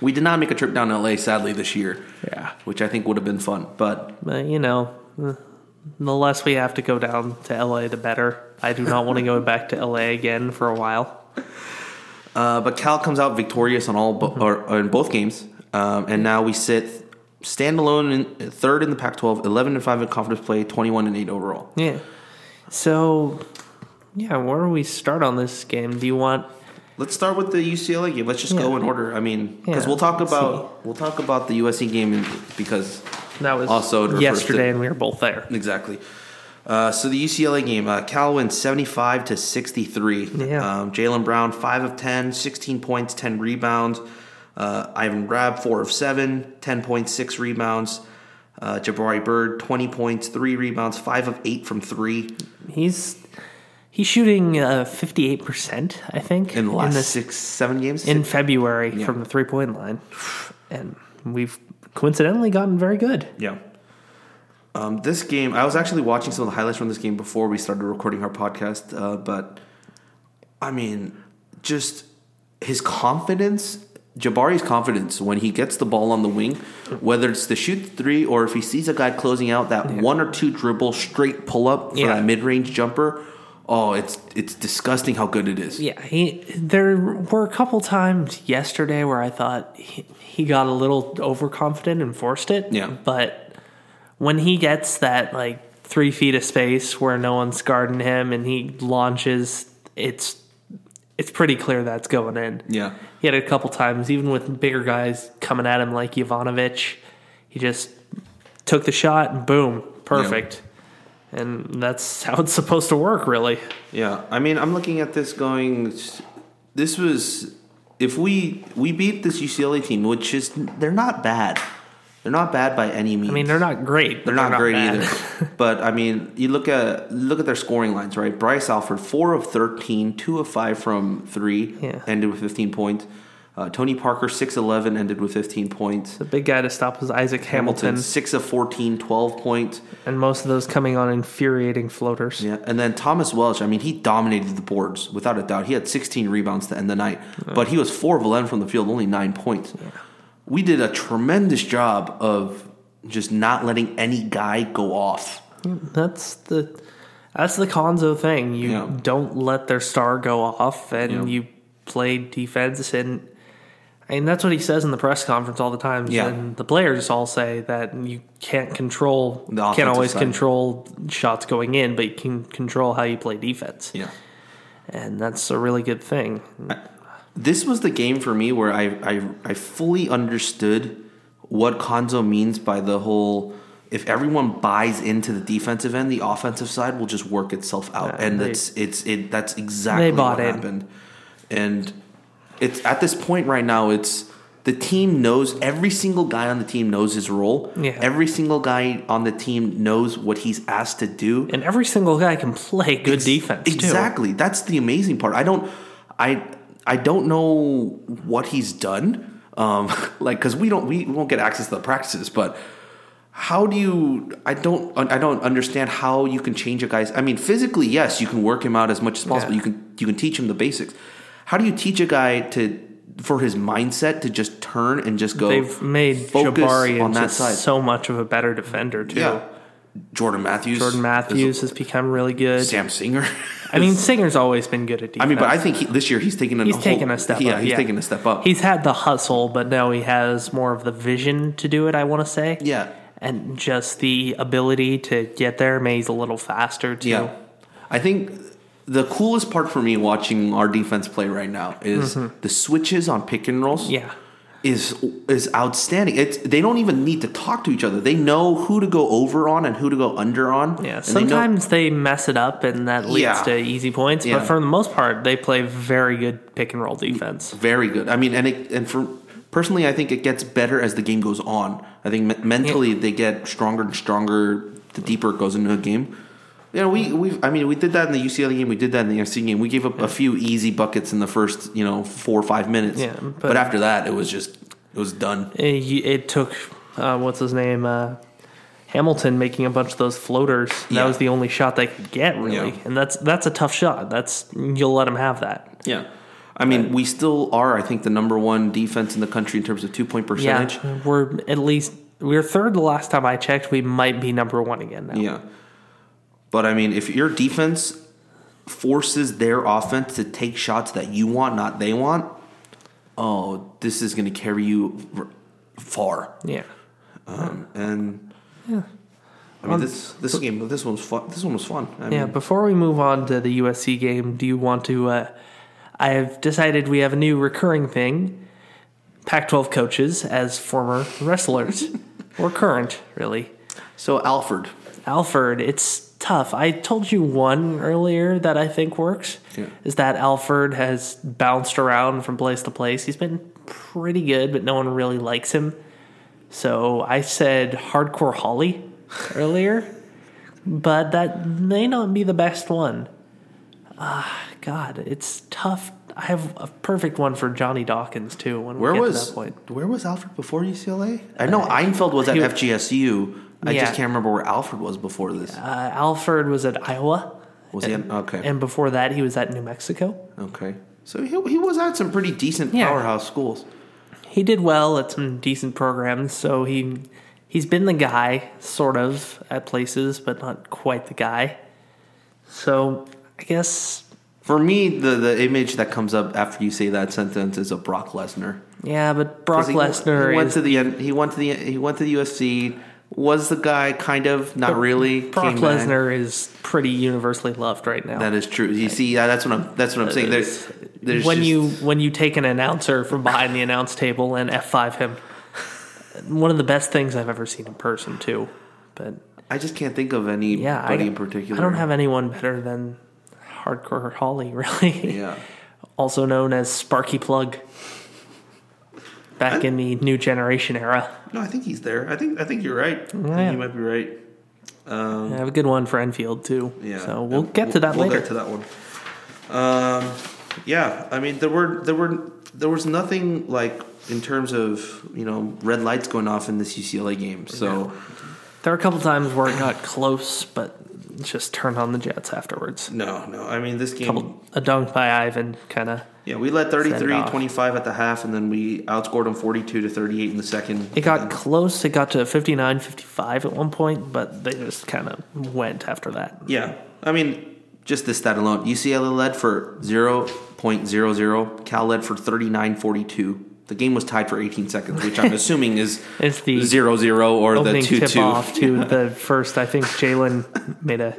S2: We did not make a trip down to LA, sadly, this year.
S3: Yeah.
S2: which I think would have been fun. But
S3: But you know, eh, the less we have to go down to LA, the better. I do not want to go back to LA again for a while.
S2: uh, but Cal comes out victorious on all bo-
S3: Mm-hmm.
S2: or, or in both games, um, and now we sit standalone in third in the Pac-12, 11 and five in conference play, 21 and eight overall.
S3: Yeah. So, yeah, where do we start on this game? Do you want?
S2: Let's start with the UCLA game. Let's just go in order. I mean, because
S3: Yeah,
S2: we'll talk
S3: let's
S2: about we'll talk about the USC game in- because
S3: That was
S2: Also, it refers to-
S3: yesterday, and we were both there.
S2: exactly. Uh, so the UCLA game, uh, Cal wins seventy five to sixty three.
S3: Yeah.
S2: Um, Jalen Brown five of 10, 16 points, ten rebounds. Uh, Ivan Rabb four of seven, 10.6 rebounds. Uh, Jabari Bird twenty points, three rebounds, five of eight from three.
S3: He's he's shooting fifty eight percent, I think,
S2: in the last
S3: the-
S2: six, seven games.
S3: in
S2: Six-
S3: February from the three point line, and we've coincidentally gotten very good.
S2: yeah. Um, this game, I was actually watching some of the highlights from this game before we started recording our podcast, uh, but I mean, just his confidence, Jabari's confidence when he gets the ball on the wing, whether it's the shoot three or if he sees a guy closing out that one or two dribble straight pull up for
S3: Yeah.
S2: that mid range jumper. Oh, it's it's disgusting how good it is.
S3: Yeah, he. There were a couple times yesterday where I thought he, he got a little overconfident and forced it.
S2: Yeah.
S3: but when he gets that like three feet of space where no one's guarding him and he launches, it's it's pretty clear that's going in.
S2: Yeah.
S3: He had it a couple times, even with bigger guys coming at him like Ivanovic. He just took the shot and boom, perfect. And that's how it's supposed to work, really.
S2: Yeah, I mean, I'm looking at this going. This was if we we beat this UCLA team, which is they're not bad. They're not bad by any means.
S3: I mean, they're not great. but
S2: they're not, great
S3: bad.
S2: either. but I mean, you look at look at their scoring lines, right? Bryce Alford, four of 13, two of five from three,
S3: Yeah.
S2: ended with 15 points. Uh, Tony Parker, 6'11", ended with 15 points.
S3: the big guy to stop was Isaac Hamilton,
S2: Hamilton, 6 of 14, 12 points.
S3: and most of those coming on infuriating floaters.
S2: Yeah, and then Thomas Welch. I mean, he dominated the boards without a doubt. He had 16 rebounds to end the night, but he was four of 11 from the field, only nine points. We did a tremendous job of just not letting any guy go off.
S3: That's the that's the Konzo thing. You
S2: Yeah.
S3: don't let their star go off, and
S2: Yeah.
S3: you play defense. And and that's what he says in the press conference all the time.
S2: Yeah.
S3: And the players all say that you can't control,
S2: The
S3: can't
S2: offensive
S3: always
S2: side.
S3: control shots going in, but you can control how you play defense. And that's a really good thing.
S2: this was the game for me where I I, I fully understood what Konzo means by the whole. If everyone buys into the defensive end, the offensive side will just work itself out,
S3: Yeah,
S2: and
S3: they-
S2: it's it's it. That's exactly
S3: bought
S2: what
S3: in.
S2: happened, and it's at this point right now. It's the team knows every single guy on the team knows his role.
S3: Yeah.
S2: Every single guy on the team knows what he's asked to do,
S3: And every single guy can play good
S2: Ex-
S3: defense. too.
S2: Exactly. That's the amazing part. I don't, I, I don't know what he's done. Um, like, cause we don't, we won't get access to the practices, but how do you, I don't, I don't understand how you can change a guy's, I mean, physically, yes, you can work him out as much as possible.
S3: Yeah.
S2: You can, you can teach him the basics. How do you teach a guy to, for his mindset to just turn and just go,
S3: They've made
S2: focus
S3: Jabari
S2: on
S3: into
S2: that side.
S3: so much of a better defender too.
S2: yeah. Jordan Matthews.
S3: Jordan Matthews has become really good.
S2: Sam Singer.
S3: I mean, Singer's always been good at defense.
S2: I mean, but I think he, this year he's taking a
S3: he's
S2: whole-
S3: taken a step
S2: yeah,
S3: up.
S2: he's taking a step up.
S3: He's had the hustle, but now he has more of the vision to do it. I want to say,
S2: yeah,
S3: and just the ability to get there. Maybe he's a little faster too.
S2: yeah. I think the coolest part for me watching our defense play right now is the switches on pick and rolls.
S3: Mm-hmm. Yeah.
S2: is is outstanding. It's they don't even need to talk to each other. They know who to go over on and who to go under on.
S3: Yeah,
S2: And they know-
S3: sometimes they, mess it up and that leads
S2: Yeah.
S3: to easy points,
S2: Yeah.
S3: but for the most part, they play very good pick and roll defense.
S2: very good. I mean, and it, and for personally, I think it gets better as the game goes on. I think me- mentally they get stronger and stronger the deeper it goes into a game. You know, we we I mean, we did that in the UCLA E game. We did that in the NFC game. We gave up a few easy buckets in the first you know four or five minutes.
S3: Yeah,
S2: but,
S3: but-
S2: after that, it was just it was done.
S3: It, Eh, it took, uh, what's his name, uh, Hamilton making a bunch of those floaters.
S2: Yeah.
S3: That was the only shot they could get, really.
S2: Yeah.
S3: And that's that's a tough shot. That's You'll let them have that.
S2: Yeah. I mean, we still are, I think, the number one defense in the country in terms of two point percentage.
S3: Yeah, we're at least, we were third the last time I checked. We might be number one again now.
S2: Yeah. But I mean, if your defense forces their offense to take shots that you want, not they want, oh, this is going to carry you r- far.
S3: Yeah.
S2: Um, and I mean, this this game, this one was fun. This one was fun. I
S3: Um, Yeah,
S2: mean,
S3: before we move on to the USC game, do you want to? Uh, I have decided we have a new recurring thing Pac 12 coaches as former wrestlers, or current, really.
S2: so Alfred,
S3: Alfred, it's tough. I told you one earlier that I think works
S2: Yeah.
S3: is that Alfred has bounced around from place to place. He's been pretty good, but no one really likes him. So I said Hardcore Holly earlier, but that may not be the best one. Ah, God, it's tough. I have a perfect one for Johnny Dawkins too. When
S2: where
S3: we get
S2: was
S3: to that point?
S2: where was Alfred before UCLA? I know Einfeld was at
S3: Uh, he-
S2: FGSU. I
S3: Yeah.
S2: just can't remember where Alfred was before this.
S3: Uh, Alfred was at Iowa,
S2: was he? At, okay.
S3: uh, and before that, he was at New Mexico.
S2: Okay. So he, he was at some pretty decent
S3: Yeah.
S2: powerhouse schools.
S3: he did well at some decent programs, so he he's been the guy sort of at places, but not quite the guy. So I guess
S2: For me, the, the image that comes up after you say that sentence is of Brock Lesnar.
S3: yeah, but Brock
S2: 'Cause he-
S3: Lesnar
S2: he went
S3: is
S2: to the N- he went to the he went to the UFC. Was the guy kind of not really
S3: Brock
S2: came back.
S3: Lesnar is pretty universally loved right now.
S2: That is true. You see, yeah, that's what I'm that's what I'm saying. There's, there's
S3: when
S2: just-
S3: you when you take an announcer from behind the announce table and F five him, one of the best things I've ever seen in person too. But
S2: I just can't think of anybody
S3: yeah, I,
S2: in particular.
S3: I don't have anyone better than Hardcore Holly, really.
S2: yeah.
S3: also known as Sparky Plug. Back in the new generation era.
S2: No, I think he's there. I think I think you're right. I
S3: Yeah.
S2: think you might be right.
S3: I have a good one for Enfield too.
S2: Mm. Yeah.
S3: So we'll
S2: And
S3: get to that
S2: we'll
S3: later.
S2: get to that one. Um, yeah, I mean there were there were there was nothing like in terms of you know red lights going off in this UCLA game. So
S3: there were a couple times where it got close, but just turned on the Jets afterwards.
S2: no, no. I mean this game.
S3: Couple- A dunk by Ivan kind of.
S2: Yeah, we led 33
S3: off.
S2: 25 at the half, and then we outscored them 42 to 38 in the second.
S3: It got close. It got to 59 55 at one point, but they just kind of went after that.
S2: Yeah, I mean just this stat alone, UCLA led for 0.00, Cal led for 39.42. The game was tied for 18 seconds, which I'm assuming is
S3: It's the
S2: zero zero or the
S3: Opening
S2: two
S3: tip
S2: two.
S3: off to the first, I think Jalen made a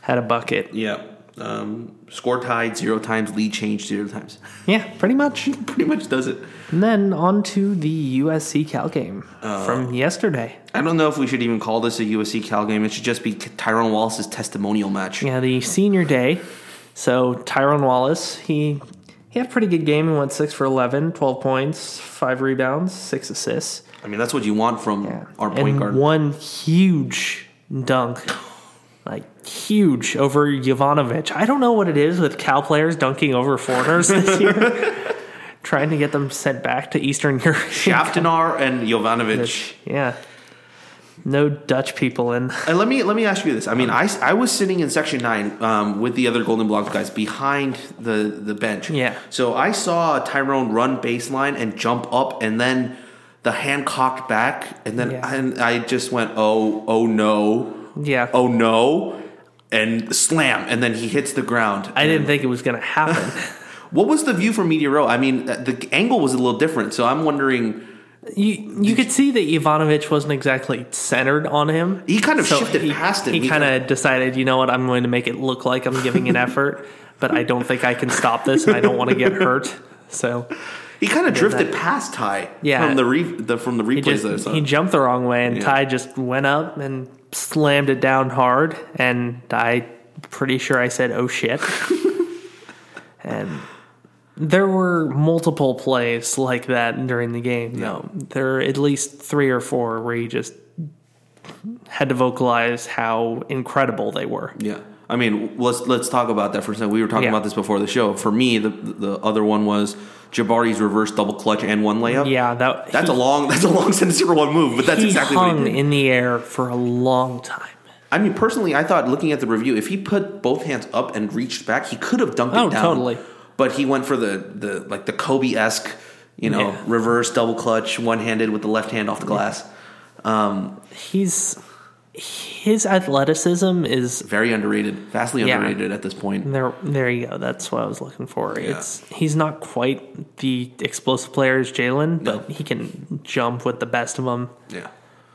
S3: had a bucket.
S2: Yeah. Um, score tied zero times, lead changed zero times.
S3: Yeah, pretty much.
S2: Pretty much does it.
S3: And then on to the USC Cal game from yesterday.
S2: I don't know if we should even call this a USC Cal game. It should just be Tyrone Wallace's testimonial match.
S3: Yeah, the senior day. So Tyrone Wallace, he he had a pretty good game. He went 6 for 11, 12 points, 5 rebounds, 6 assists.
S2: I mean, that's what you want from our point
S3: and
S2: guard.
S3: one huge dunk. Like huge over Jovanovic. I don't know what it is with Cal players dunking over foreigners this year. Trying to get them sent back to Eastern Europe.
S2: Shaftinar and Jovanovic.
S3: Yeah. No Dutch people in.
S2: And let me let me ask you this. I mean, I, s- I was sitting in section nine um, with the other Golden Blocks guys behind the the bench.
S3: Yeah.
S2: So I saw Tyrone run baseline and jump up, and then the hand cocked back, and then
S3: Yeah.
S2: and I just went, oh oh no,
S3: Yeah.
S2: oh no, and slam, and then he hits the ground.
S3: I didn't think it was going to happen.
S2: What was the view from Media Row? I mean, th- the angle was a little different, so I'm wondering.
S3: you you could see that Ivanovic wasn't exactly centered on him.
S2: He kind of shifted past him.
S3: He,
S2: He
S3: kind of decided, you know what, I'm going to make it look like I'm giving an effort, but I don't think I can stop this, and I don't want to get hurt. So
S2: He kind of drifted
S3: that-
S2: past Ty
S3: Yeah.
S2: from the, re, the from the
S3: He,
S2: replays
S3: just,
S2: that I saw.
S3: he jumped the wrong way, and
S2: Yeah.
S3: Ty just went up and slammed it down hard. And I, pretty sure I said, "Oh shit!" and there were multiple plays like that during the game. No, there are at least three or four where he just had to vocalize how incredible they were.
S2: Yeah, I mean, let's let's talk about that for a second. We were talking
S3: Yeah.
S2: about this before the show. For me, the the other one was Jabari's reverse double clutch and one layup.
S3: Yeah, that
S2: that's
S3: he-
S2: a long that's a long sentence for one move, but that's
S3: he
S2: exactly what
S3: hung
S2: he did.
S3: in the air for a long time.
S2: I mean, personally, I thought looking at the review, if he put both hands up and reached back, he could have dunked
S3: Oh,
S2: it down.
S3: totally.
S2: But he went for the the like the Kobe esque, you know,
S3: Yeah.
S2: reverse double clutch, one handed with the left hand off the glass. Um,
S3: He's his athleticism is
S2: very underrated, vastly
S3: Yeah. Mm.
S2: underrated at this point.
S3: There, there you go. That's what I was looking for.
S2: Yeah.
S3: It's he's not quite the explosive player as Jalen,
S2: No.
S3: but he can jump with the best of them
S2: Yeah.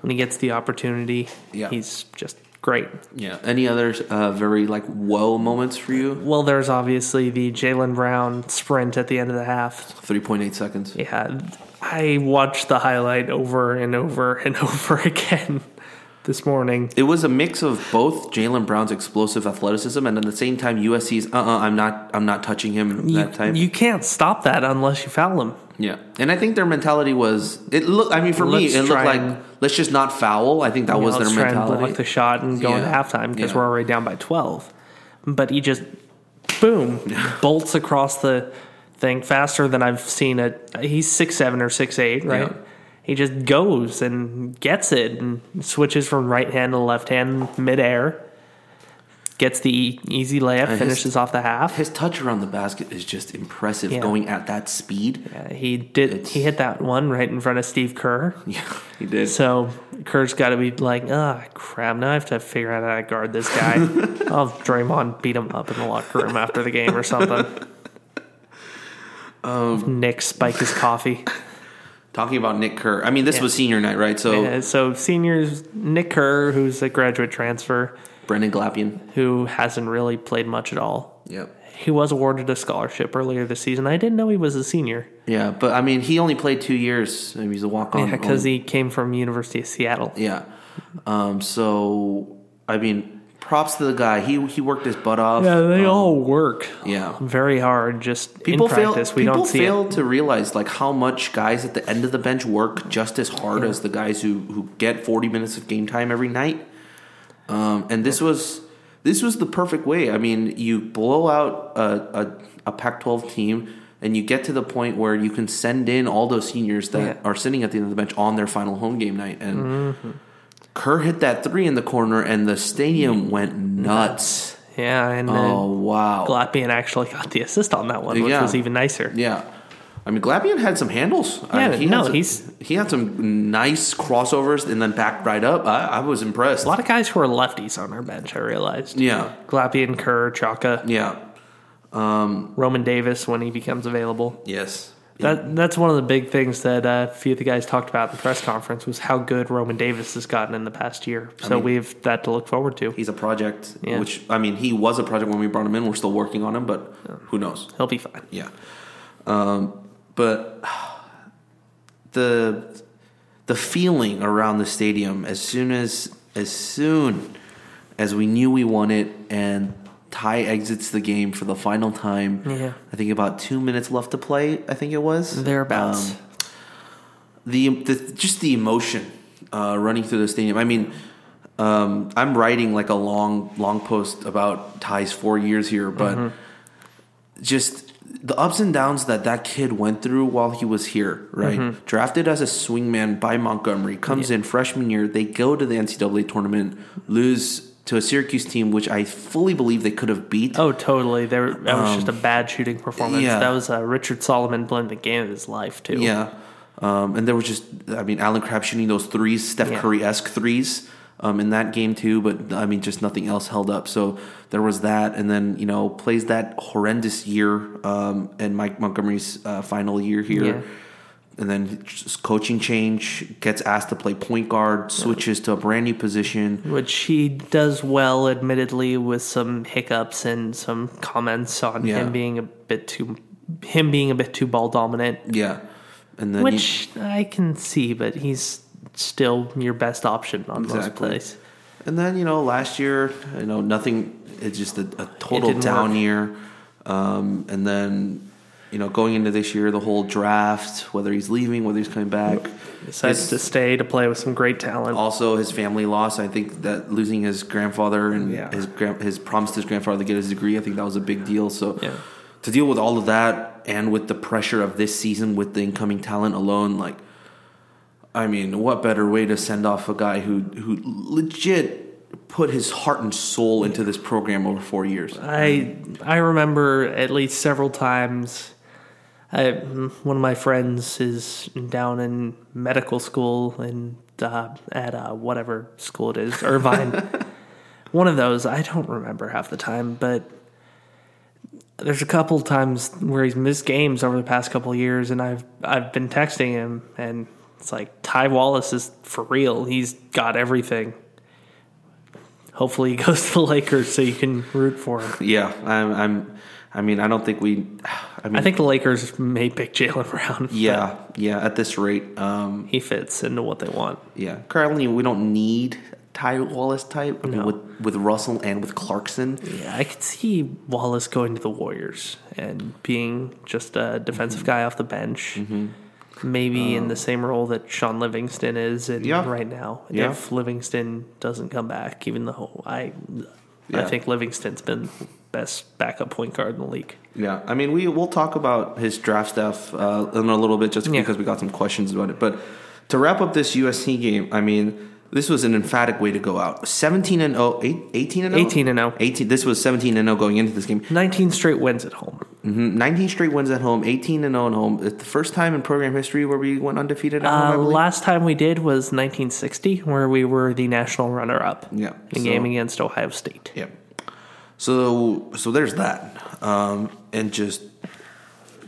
S3: when he gets the opportunity.
S2: Yeah.
S3: he's just great.
S2: Yeah. Any other uh, very like whoa moments for you?
S3: Well, there's obviously the Jalen Brown sprint at the end of the half.
S2: Three point eight seconds.
S3: Yeah, I watched the highlight over and over and over again this morning.
S2: It was a mix of both Jalen Brown's explosive athleticism and at the same time USC's uh uh-uh, uh, i am not I'm not touching him
S3: You,
S2: that time.
S3: you can't stop that unless you foul him.
S2: yeah. And I think their mentality was it look I mean for
S3: Let's
S2: me it looked
S3: try
S2: like
S3: and-
S2: let's just not foul. I think that was
S3: let's
S2: their
S3: try
S2: mentality.
S3: and block the shot and go into
S2: Yeah.
S3: halftime because
S2: Yeah.
S3: we're already down by 12. But he just, boom, bolts across the thing faster than I've seen it. He's six seven or six eight, right?
S2: Yeah.
S3: He just goes and gets it and switches from right hand to left hand midair. Gets the e- easy layup,
S2: his-
S3: finishes off the half.
S2: His touch around the basket is just impressive
S3: Yeah.
S2: going at that speed.
S3: Uh, he did. He hit that one right in front of Steve Kerr.
S2: Yeah, he did.
S3: So Kerr's got to be like, ah, crap. Now I have to figure out how to guard this guy. I'll Draymond beat him up in the locker room after the game or something.
S2: Um,
S3: Nick spike his coffee.
S2: Talking about Nick Kerr. I mean, this
S3: Yeah.
S2: was senior night, right? So
S3: Uh, so seniors, Nick Kerr, who's a graduate transfer
S2: Brendan Glapian.
S3: who hasn't really played much at all.
S2: Yep.
S3: He was awarded a scholarship earlier this season. I didn't know he was a senior
S2: Yeah, but I mean, he only played two years. I mean, he's a walk on.
S3: because he came from University of Seattle.
S2: Yeah. Um, so I mean, props to the guy. He he worked his butt off.
S3: Yeah, they
S2: Um,
S3: all work
S2: Yeah.
S3: very hard. Just
S2: People
S3: in
S2: fail.
S3: practice, we
S2: people
S3: don't see it.
S2: fail to realize like how much guys at the end of the bench work just as hard as the guys who who get forty minutes of game time every night. Um, and this was this was the perfect way. I mean, you blow out a a, a Pac twelve team. And you get to the point where you can send in all those seniors that
S3: Yeah. Mm-hmm.
S2: are sitting at the end of the bench on their final home game night, and Kerr hit that three in the corner, and the stadium went nuts.
S3: Yeah, and then
S2: Oh
S3: oh,
S2: wow!
S3: actually got the assist on that one, which
S2: Yeah.
S3: was even nicer.
S2: yeah, I mean Glapian had some handles. I
S3: Yeah,
S2: mean,
S3: no,
S2: had some,
S3: he's-
S2: he had some nice crossovers and then backed right up. I, I was impressed.
S3: A lot of guys who are lefties on our bench, I realized.
S2: yeah,
S3: Glapian, Kerr, Chaka,
S2: yeah,
S3: Roman Davis when he becomes available.
S2: yes,
S3: That that's one of the big things that uh, a few of the guys talked about in the press conference was how good Roman Davis has gotten in the past year. So
S2: mean-
S3: we have that to look forward to.
S2: he's a project.
S3: Yeah.
S2: Which I mean, he was a project when we brought him in. We're still working on him, but who knows?
S3: He'll be fine.
S2: Yeah. Um, but the the feeling around the stadium as soon as as soon as we knew we won it and Ty exits the game for the final time.
S3: Yeah.
S2: I think about two minutes left to play. I think it was
S3: Thereabouts.
S2: Um, the, the just the emotion uh, running through the stadium. I mean, um, I'm writing like a long long post about Ty's four years here, but just the ups and downs that that kid went through while he was here. Right, drafted as a swingman by Montgomery, comes in freshman year. They go to the NCAA tournament, lose to a Syracuse team, which I fully believe they could have beat.
S3: Oh, totally. There, that was just a bad shooting performance.
S2: um, yeah.
S3: That was uh, Richard Solomon blowing the game of his life too.
S2: Yeah. Um, and there was just, I mean, Alan Crabb shooting those threes, Steph
S3: Yeah.
S2: Curry esque threes um, in that game too, but I mean, just nothing else held up. So there was that. And then, you know, plays that horrendous year um, and Mike Montgomery's uh, final year here.
S3: Yeah.
S2: And then just coaching change, gets asked to play point guard, switches to a brand new position.
S3: which he does well, admittedly, with some hiccups and some comments on
S2: Yeah.
S3: him being a bit too him being a bit too ball dominant,
S2: Yeah. And then you-
S3: which I can see, but he's still your best option on most
S2: Exactly.
S3: plays.
S2: And then you know, last year, you know, nothing. It's just a, a total
S3: didn't
S2: down
S3: work.
S2: year. Um, and then, you know, going into this year, the whole draft, whether he's leaving, whether he's coming back,
S3: Decides to
S2: his-
S3: stay to play with some great talent.
S2: also his family loss. I think that losing his grandfather and
S3: Yeah.
S2: his grand, his promise to his grandfather to get his degree, I think that was a big deal. So
S3: Yeah.
S2: to deal with all of that and with the pressure of this season with the incoming talent alone, like I mean, what better way to send off a guy who who legit put his heart and soul into this program over four years?
S3: I I remember at least several times. I, one of my friends is down in medical school and uh, at uh, whatever school it is, Irvine. one of those. I don't remember half the time, but there's a couple times where he's missed games over the past couple of years, and I've I've been texting him, and it's like Ty Wallace is for real. He's got everything. Hopefully, he goes to the Lakers so you can root for him.
S2: Yeah, I'm. I'm I mean, I don't think we. I mean,
S3: I think the Lakers may pick Jalen Brown.
S2: yeah, yeah. At this rate, um,
S3: He fits into what they want.
S2: Yeah, currently we don't need Ty Wallace type. I mean,
S3: No.
S2: with with Russell and with Clarkson,
S3: Yeah, I could see Wallace going to the Warriors and being just a defensive guy off the bench. Maybe in the same role that Sean Livingston is in
S2: Yeah.
S3: right now.
S2: Yeah.
S3: If Livingston doesn't come back, even though I I
S2: Yeah.
S3: think Livingston's been the best backup point guard in the league.
S2: Yeah, I mean, we we'll talk about his draft stuff uh, in a little bit, just
S3: Yeah.
S2: because we got some questions about it. But to wrap up this USC game, I mean, this was an emphatic way to go out. Seventeen and 0, eight- 18 and 0?
S3: 18 and oh. 0.
S2: eighteen. This was seventeen and zero going into this game.
S3: 19 straight wins at home.
S2: Mhm, Nineteen straight wins at home, eighteen and zero at home. It's the first time in program history where we went undefeated at home. I
S3: Uh,
S2: believe.
S3: last time we did was 1960, where we were the national runner up
S2: Yeah,
S3: in a
S2: so-
S3: game against Ohio State.
S2: Yep. So so there's that, um, and just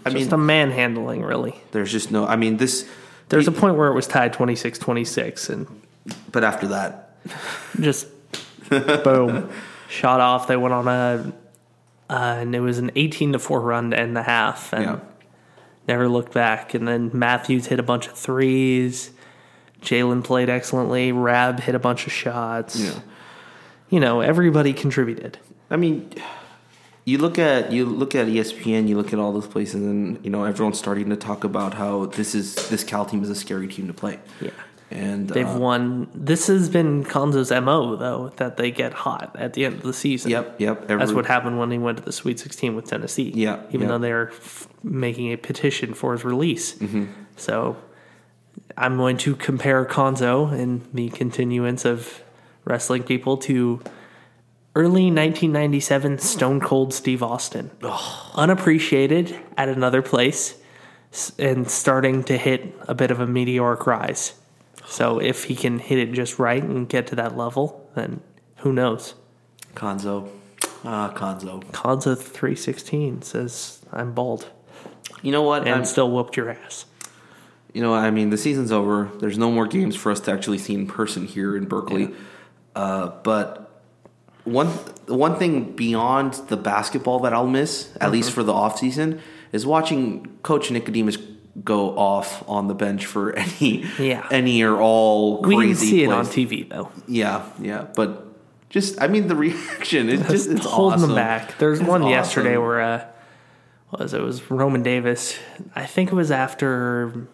S2: I mean,
S3: just a manhandling, really.
S2: there's just no. I mean, this.
S3: There's a point where it was tied 26 26 and
S2: But after that,
S3: just boom, shot off. They went on a, uh, and it was an 18 to 4 run to end the half and
S2: yeah,
S3: never looked back. And then Matthews hit a bunch of threes. Jalen played excellently. Rab hit a bunch of shots.
S2: yeah.
S3: You know, everybody contributed.
S2: I mean, you look at you look at E ESPN, you look at all those places, and you know everyone's starting to talk about how this is this Cal team is a scary team to play.
S3: Yeah.
S2: and
S3: They've
S2: uh,
S3: won. This has been Konzo's MO, though, that they get hot at the end of the season.
S2: Yep, yep.
S3: That's
S2: every-
S3: what happened when he went to the Sweet 16 with Tennessee.
S2: Yeah,
S3: Even
S2: yeah.
S3: though they're f- making a petition for his release.
S2: Mm-hmm.
S3: So I'm going to compare Konzo and the continuance of wrestling people to early 1997 Stone Cold Steve Austin. Unappreciated at another place s- and starting to hit a bit of a meteoric rise. So if he can hit it just right and get to that level, then who knows?
S2: Konzo. Ah, Konzo.
S3: Conza three sixteen says I'm bald
S2: You know what?
S3: and
S2: I'm-
S3: still whooped your ass.
S2: you know, I mean, the season's over. There's no more games for us to actually see in person here in Berkeley. Uh, but one one thing beyond the basketball that I'll miss,
S3: Mm-hmm.
S2: at least for the off season, is watching Coach Nicodemus go off on the bench for any
S3: Yeah.
S2: any or all crazy
S3: We didn't see it on
S2: plays.
S3: TV though.
S2: Yeah, yeah, but just I mean the reaction it's just it's
S3: holding
S2: awesome.
S3: them back. There's
S2: It's
S3: one
S2: awesome.
S3: yesterday where uh, what was it? It was Roman Davis? I think it was after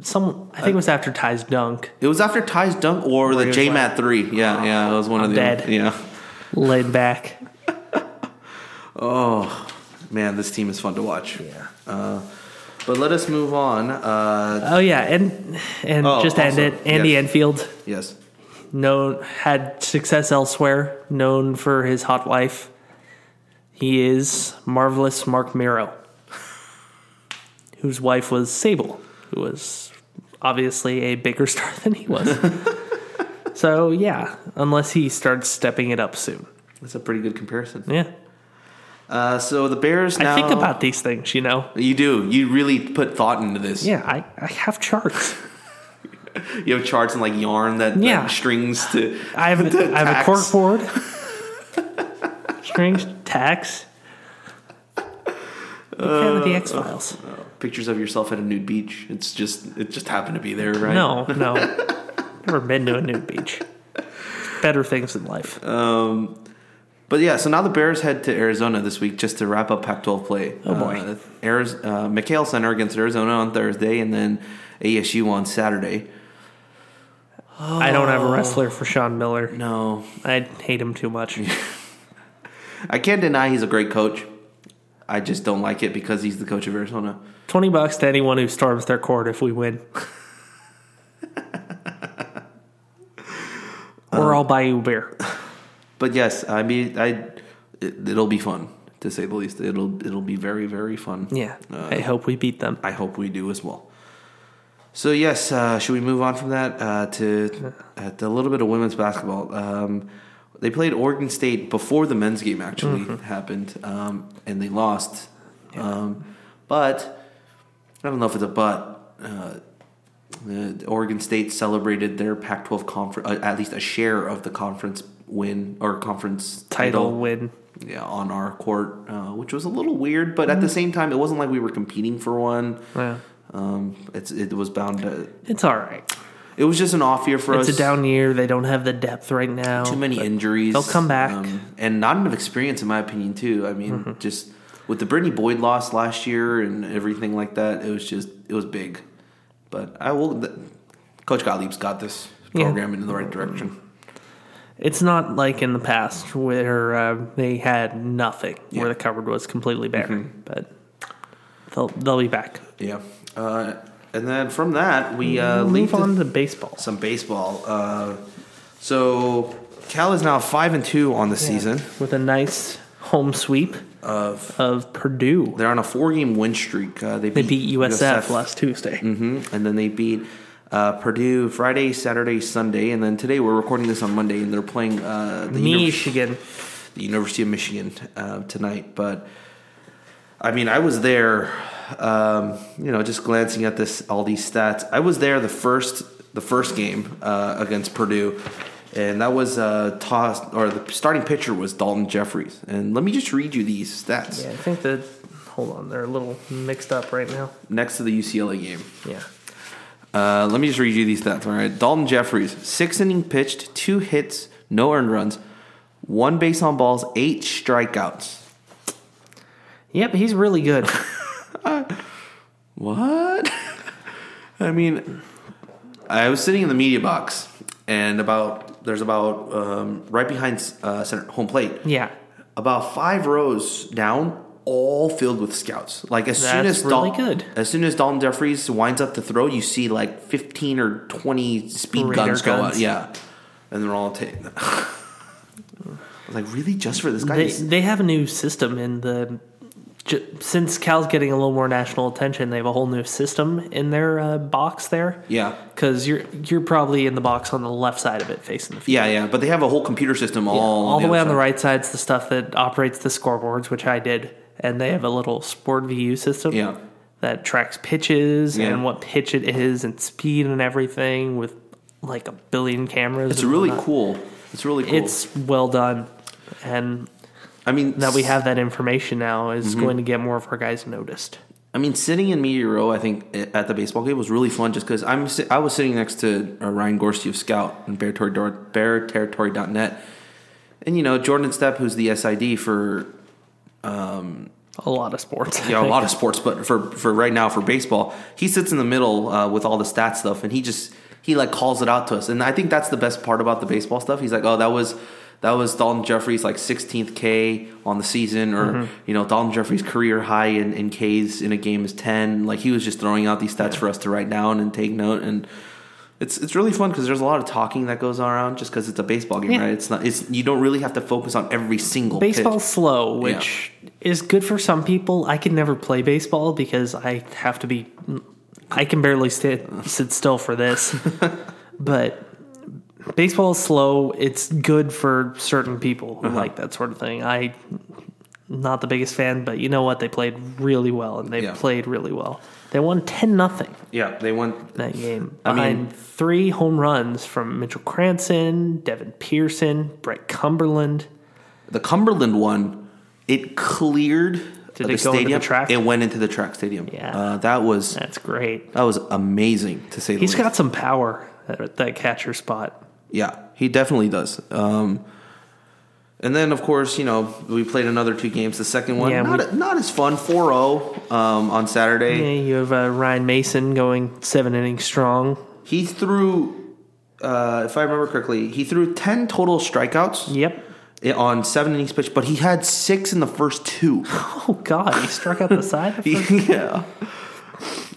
S3: some. I think it was after Ty's dunk.
S2: it was after Ty's dunk or the
S3: was
S2: J Mat three. Yeah, yeah, it was one
S3: I'm
S2: of the
S3: dead.
S2: yeah.
S3: Laid back.
S2: Man, this team is fun to watch. Yeah. Uh, but let us move on. Uh,
S3: Oh yeah, and and
S2: Oh,
S3: just to end
S2: also,
S3: it. Andy
S2: yes.
S3: Enfield,
S2: yes.
S3: known had success elsewhere, known for his hot wife. He is marvelous Mark Miro, whose wife was Sable, who was obviously a bigger star than he was. so yeah, unless he starts stepping it up soon.
S2: That's a pretty good comparison.
S3: Yeah.
S2: Uh, so the Bears now.
S3: I think about these things, you know.
S2: You do. You really put thought into this.
S3: Yeah, I, I have charts.
S2: You have charts and like yarn that, that
S3: Yeah.
S2: strings to.
S3: I have a, I have a
S2: Tax.
S3: cork board. Strings, tax. Big fan of
S2: Uh,
S3: the X Files.
S2: Pictures of yourself at a nude beach. It's just it just happened to be there, right?
S3: No, no. Never been to a nude beach. Better things in life.
S2: But yeah, so now the Bears head to Arizona this week just to wrap up Pac-12 play. Oh
S3: boy.
S2: uh, Ariz- uh, McHale Center against Arizona on Thursday, and then ASU on Saturday.
S3: I don't have a wrestler for Sean Miller.
S2: Oh. No,
S3: I hate him too much.
S2: I can't deny he's a great coach. I just don't like it because he's the coach of Arizona.
S3: Twenty bucks to anyone who storms their court if we win. or
S2: Um,
S3: I'll buy you a beer.
S2: But yes, I mean, I it, it'll be fun to say the least. It'll it'll be very very fun.
S3: Yeah.
S2: Uh,
S3: I hope we beat them.
S2: I hope we do as well. So yes, uh, should we move on from that uh, to, uh, to a little bit of women's basketball? Um, they played Oregon State before the men's game actually
S3: Mm-hmm.
S2: happened, um, and they lost. Um, but I don't know if it's a but. Uh, uh, Oregon State celebrated their Pac-12 conference, uh, at least a share of the conference win or conference
S3: Title win.
S2: yeah, on our court, uh, which was a little weird, but
S3: Mm-hmm.
S2: at the same time, it wasn't like we were competing for one.
S3: Yeah.
S2: Um, it's it was bound to.
S3: It's all right.
S2: It was just an off year for
S3: It's
S2: us.
S3: a down year. They don't have the depth right now.
S2: Too many
S3: but
S2: injuries. Um,
S3: They'll come back. Mm-hmm.
S2: and not enough experience, in my opinion, too. I mean, just with the Brittany Boyd loss last year and everything like that, it was just it was big. But I will. th Coach Gottlieb's got this
S3: Yeah.
S2: program in the right direction.
S3: It's not like in the past where uh, they had nothing, where the cupboard was completely bare.
S2: Mm-hmm.
S3: But they'll they'll be back.
S2: Yeah. Uh, and then from that, we uh,
S3: Move
S2: linked it-
S3: on to baseball.
S2: some baseball. Uh, so Cal is now five and two on the season.
S3: with a nice home sweep of of Purdue.
S2: They're on a four-game win streak. Uh, they,
S3: They beat USF,
S2: USF.
S3: last Tuesday.
S2: hmm and then they beat uh, Purdue Friday, Saturday, Sunday, and then today we're recording this on Monday, and they're playing uh, the, Univ-
S3: Michigan.
S2: the University of Michigan uh, tonight. But I mean, I was there. Um, you know, just glancing at this, all these stats. I was there the first the first game uh, against Purdue, and that was uh, tossed or the starting pitcher was Dalton Jeffries. And let me just read you these stats
S3: Yeah, I think that. Hold on, they're a little mixed up right now.
S2: next to the UCLA game.
S3: Yeah,
S2: Uh, let me just read you these stats. All right, Dalton Jeffries, six inning pitched, two hits, no earned runs, one base on balls, eight strikeouts.
S3: yeah, but he's really good.
S2: What? I mean, I was sitting in the media box, and about there's about um, right behind uh, center home plate,
S3: yeah,
S2: about five rows down, all filled with scouts. Like as soon
S3: That's
S2: as
S3: really
S2: Dal-
S3: good.
S2: as soon as Dalton Jeffries winds up the throw, you see like fifteen or twenty speed
S3: Radar
S2: guns, go out.
S3: guns.
S2: Yeah, and they're all taken. like really, just for this guy?
S3: they
S2: He's-
S3: they have a new system in the. ju- Since Cal's getting a little more national attention, they have a whole new system in their uh, box there.
S2: yeah.
S3: because you're you're probably in the box on the left side of it, facing the field.
S2: Yeah, yeah, but they have a whole computer system all, on
S3: all the, way
S2: other
S3: on the
S2: side.
S3: right side's the stuff that operates the scoreboards, which I did, and they have a little sport view system
S2: Yeah.
S3: that tracks pitches
S2: Yeah.
S3: and what pitch it is and speed and everything with like a billion cameras.
S2: It's
S3: and
S2: really
S3: whatnot.
S2: cool. It's really cool.
S3: It's well done, and
S2: I mean
S3: that we
S2: s-
S3: have that information now is
S2: Mm-hmm.
S3: going to get more of our guys noticed.
S2: I mean, sitting in media row, I think i- at the baseball game was really fun, just because I'm si- I was sitting next to uh, Ryan Gorsty of Scout and Bear Territory, Bear Territory.net, and you know Jordan Stepp, who's the SID for
S3: A lot of sports. I
S2: you know, a
S3: think.
S2: lot of sports, but for for right now for baseball, he sits in the middle uh, with all the stat stuff, and he just he like calls it out to us, and I think that's the best part about the baseball stuff. He's like, oh, that was that was Dalton Jeffries like 16th K on the season, or
S3: Mm-hmm.
S2: you know, Dalton Jeffries career high in, in Ks in a game is 10. Like he was just throwing out these stats for us to write down and take note and. It's, it's really fun because there's a lot of talking that goes on around just because it's a baseball game,
S3: Yeah.
S2: right? It's not it's you don't really have to focus on every single pitch.
S3: Baseball's slow, which is good for some people. I can never play baseball because I have to be. I can barely sit sit still for this. but baseball is slow. It's good for certain people
S2: Uh-huh.
S3: who like that sort of thing. I not the biggest fan, but you know what? They played really well, and they
S2: Yeah.
S3: played really well. They won ten nothing
S2: Yeah, they went
S3: that game.
S2: I
S3: I
S2: mean-
S3: mean, three home runs from Mitchell Cranson, Devin Pearson, Brett Cumberland.
S2: the Cumberland one, it cleared of
S3: Did it
S2: the
S3: go into
S2: stadium.
S3: the track?
S2: It went into the track stadium.
S3: Yeah.
S2: uh, that was
S3: That's great.
S2: that was amazing to say the
S3: He's
S2: least.
S3: got some power at that catcher spot.
S2: Yeah, he definitely does. Um, and then, of course, you know, we played another two games. The second one,
S3: Yeah,
S2: not, not as fun, 4 0 um, on
S3: Yeah,
S2: Saturday.
S3: you have uh, Ryan Mason going seven innings strong.
S2: He threw, uh, if I remember correctly, he threw 10 total strikeouts
S3: Yep.
S2: on seven innings pitched, but he had six in the first two.
S3: Oh God, he struck out the side. of-
S2: yeah.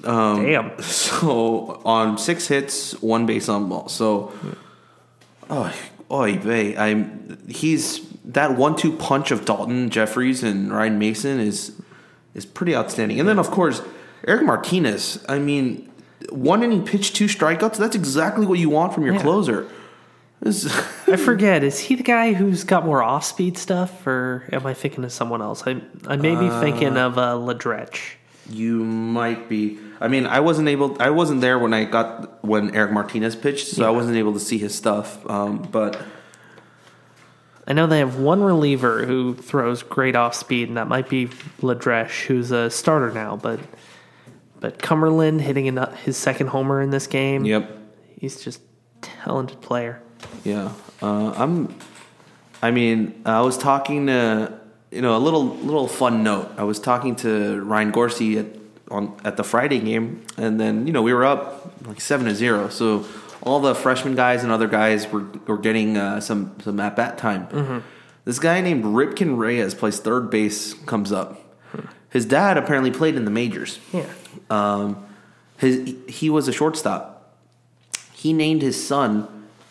S3: Damn.
S2: So on six hits, one base on ball. So, oh, oy vey, I'm he's that one-two punch of Dalton Jeffries and Ryan Mason is is pretty outstanding. And then of course Eric Martinez. I mean, one inning pitch, two strikeouts. That's exactly what you want from your
S3: Yeah.
S2: closer. This-
S3: I forget. Is he the guy who's got more off-speed stuff, or am I thinking of someone else? I I may be thinking of uh, Ledretch.
S2: you might be. I mean, I wasn't able. I wasn't there when I got when Eric Martinez pitched, so I wasn't able to see his stuff. Um, but.
S3: I know they have one reliever who throws great off speed, and that might be Ledresh, who's a starter now. But but Cumberland hitting an, his second homer in this game.
S2: Yep.
S3: he's just talented player.
S2: Yeah, uh, I'm. I mean, I was talking to you know a little little fun note. I was talking to Ryan Gorsey at on at the Friday game, and then you know we were up like seven to zero. So all the freshman guys and other guys were were getting uh, some some at bat time. This guy named Ripken Reyes plays third base. Comes up. His dad apparently played in the majors.
S3: Yeah,
S2: Um, his he was a shortstop. He named his son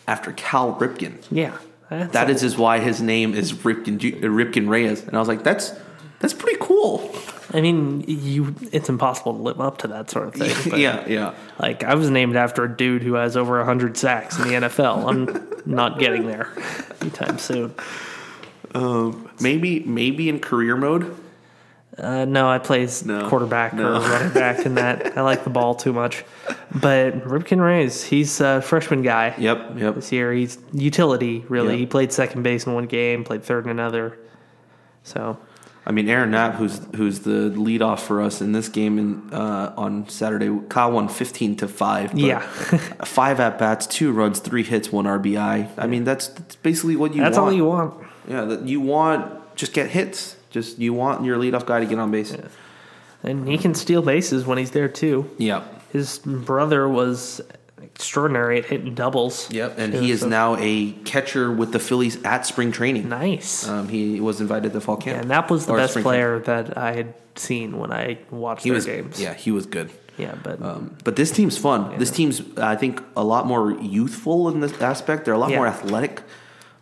S2: after Cal Ripken.
S3: yeah. That's
S2: That is just why his name is Ripken Ju- uh, Ripken Reyes. And I was like, that's that's pretty cool.
S3: I mean, you. It's impossible to live up to that sort of thing. but,
S2: yeah, yeah.
S3: like I was named after a dude who has over hundred sacks in the NFL. I'm not getting there anytime soon.
S2: Maybe maybe in career mode.
S3: Uh, no, I play as
S2: No.
S3: quarterback
S2: No.
S3: or running back in that. I like the ball too much. But Ripken Reyes, he's a freshman guy.
S2: Yep, yep.
S3: This year, he's utility really.
S2: Yep.
S3: He played second base in one game, played third in another. So
S2: I mean, Aaron Knapp, who's who's the leadoff for us in this game in, uh, on Saturday, Kyle won fifteen to five. but
S3: Yeah.
S2: five at bats, two runs, three hits, one RBI. I mean, that's that's basically what you.
S3: that's
S2: want.
S3: all you want.
S2: Yeah, that you want just get hits. Just you want your leadoff guy to get on base. Yeah.
S3: And he can steal bases when he's there too.
S2: Yep.
S3: His brother was extraordinary at hitting doubles.
S2: And
S3: too,
S2: he is
S3: so-
S2: now a catcher with the Phillies at spring training.
S3: nice.
S2: Um, he was invited to fall camp.
S3: and that was the
S2: Or
S3: best
S2: spring camp.
S3: player that I had seen when I watched
S2: He
S3: their
S2: was,
S3: games.
S2: Yeah, he was good.
S3: yeah, but
S2: Um, but this team's fun. This team's, I think, a lot more youthful in this aspect. They're a lot
S3: Yeah.
S2: more athletic.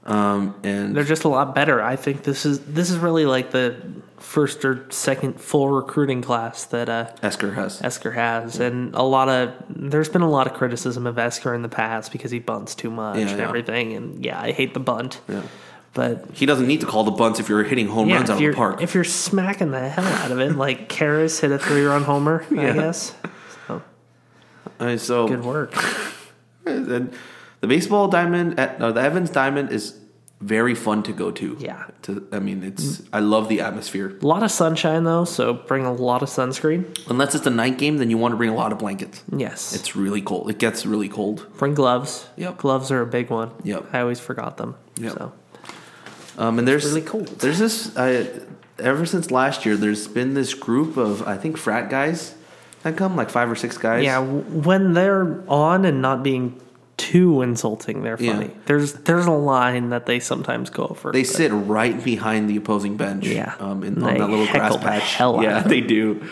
S2: Um, and
S3: they're just a lot better. I think this is this is really like the first or second full recruiting class that uh,
S2: Esker has.
S3: Esker has, and a lot of there's been a lot of criticism of Esker in the past because he bunts too much
S2: Yeah,
S3: and
S2: yeah.
S3: everything. And yeah, I hate the bunt,
S2: Yeah.
S3: but
S2: He doesn't need to call the bunts if you're hitting home
S3: yeah,
S2: runs
S3: if
S2: out of
S3: you're
S2: the park.
S3: if you're smacking the hell out of it, like Karras hit a three run homer, I
S2: Yeah.
S3: guess. So
S2: I mean, so
S3: good work.
S2: And the baseball diamond at uh, the Evans Diamond is very fun to go to.
S3: Yeah.
S2: To I mean, it's I love the atmosphere.
S3: A lot of sunshine though, so bring a lot of sunscreen.
S2: Unless it's a night game, then you want to bring a lot of blankets.
S3: Yes,
S2: It's really cold. It gets really cold.
S3: bring gloves.
S2: Yep.
S3: gloves are a big one.
S2: Yep.
S3: I always forgot them.
S2: Yep.
S3: So.
S2: Um, and there's
S3: really cold.
S2: There's this. I, ever since last year, there's been this group of I think frat guys that come like five or six guys.
S3: Yeah, w- when they're on and not being too insulting, they're
S2: Yeah.
S3: funny. There's there's a line that they sometimes go over.
S2: They
S3: but-
S2: sit right behind the opposing bench.
S3: Yeah.
S2: Um, in,
S3: They
S2: on that little grass
S3: heckle the
S2: patch.
S3: hell out
S2: yeah,
S3: of them.
S2: they do.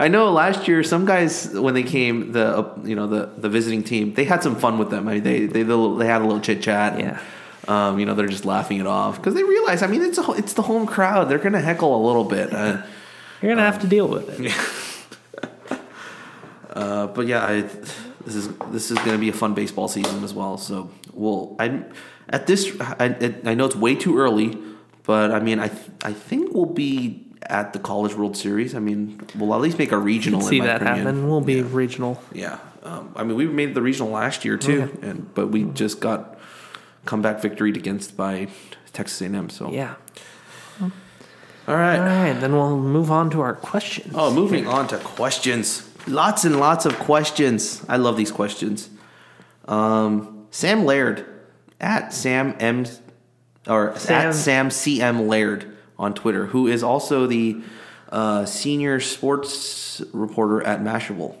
S2: I know last year some guys when they came the uh, you know the the visiting team they had some fun with them. I mean they they they had a little chit chat.
S3: Yeah.
S2: Um, you know they're just laughing it off because they realize I mean it's a, it's the home crowd they're gonna heckle a little bit. Uh,
S3: you're gonna have to deal with it.
S2: Uh, but yeah, I, this is this is going to be a fun baseball season as well. So we'll I at this I, I know it's way too early, but I mean I th- I think we'll be at the College World Series. I mean we'll at least make a regional.
S3: See
S2: in my
S3: that
S2: opinion.
S3: happen. We'll be regional.
S2: Yeah, um, I mean we made the regional last year too,
S3: Oh,
S2: and but we just got comeback victory against by Texas A&M. So
S3: Yeah.
S2: All right.
S3: All right, then we'll move on to our questions.
S2: Oh, moving on to questions. Lots and lots of questions. I love these questions. Um, Sam Laird at Sam M or
S3: Sam-
S2: at Sam CM Laird on Twitter, who is also the uh, senior sports reporter at Mashable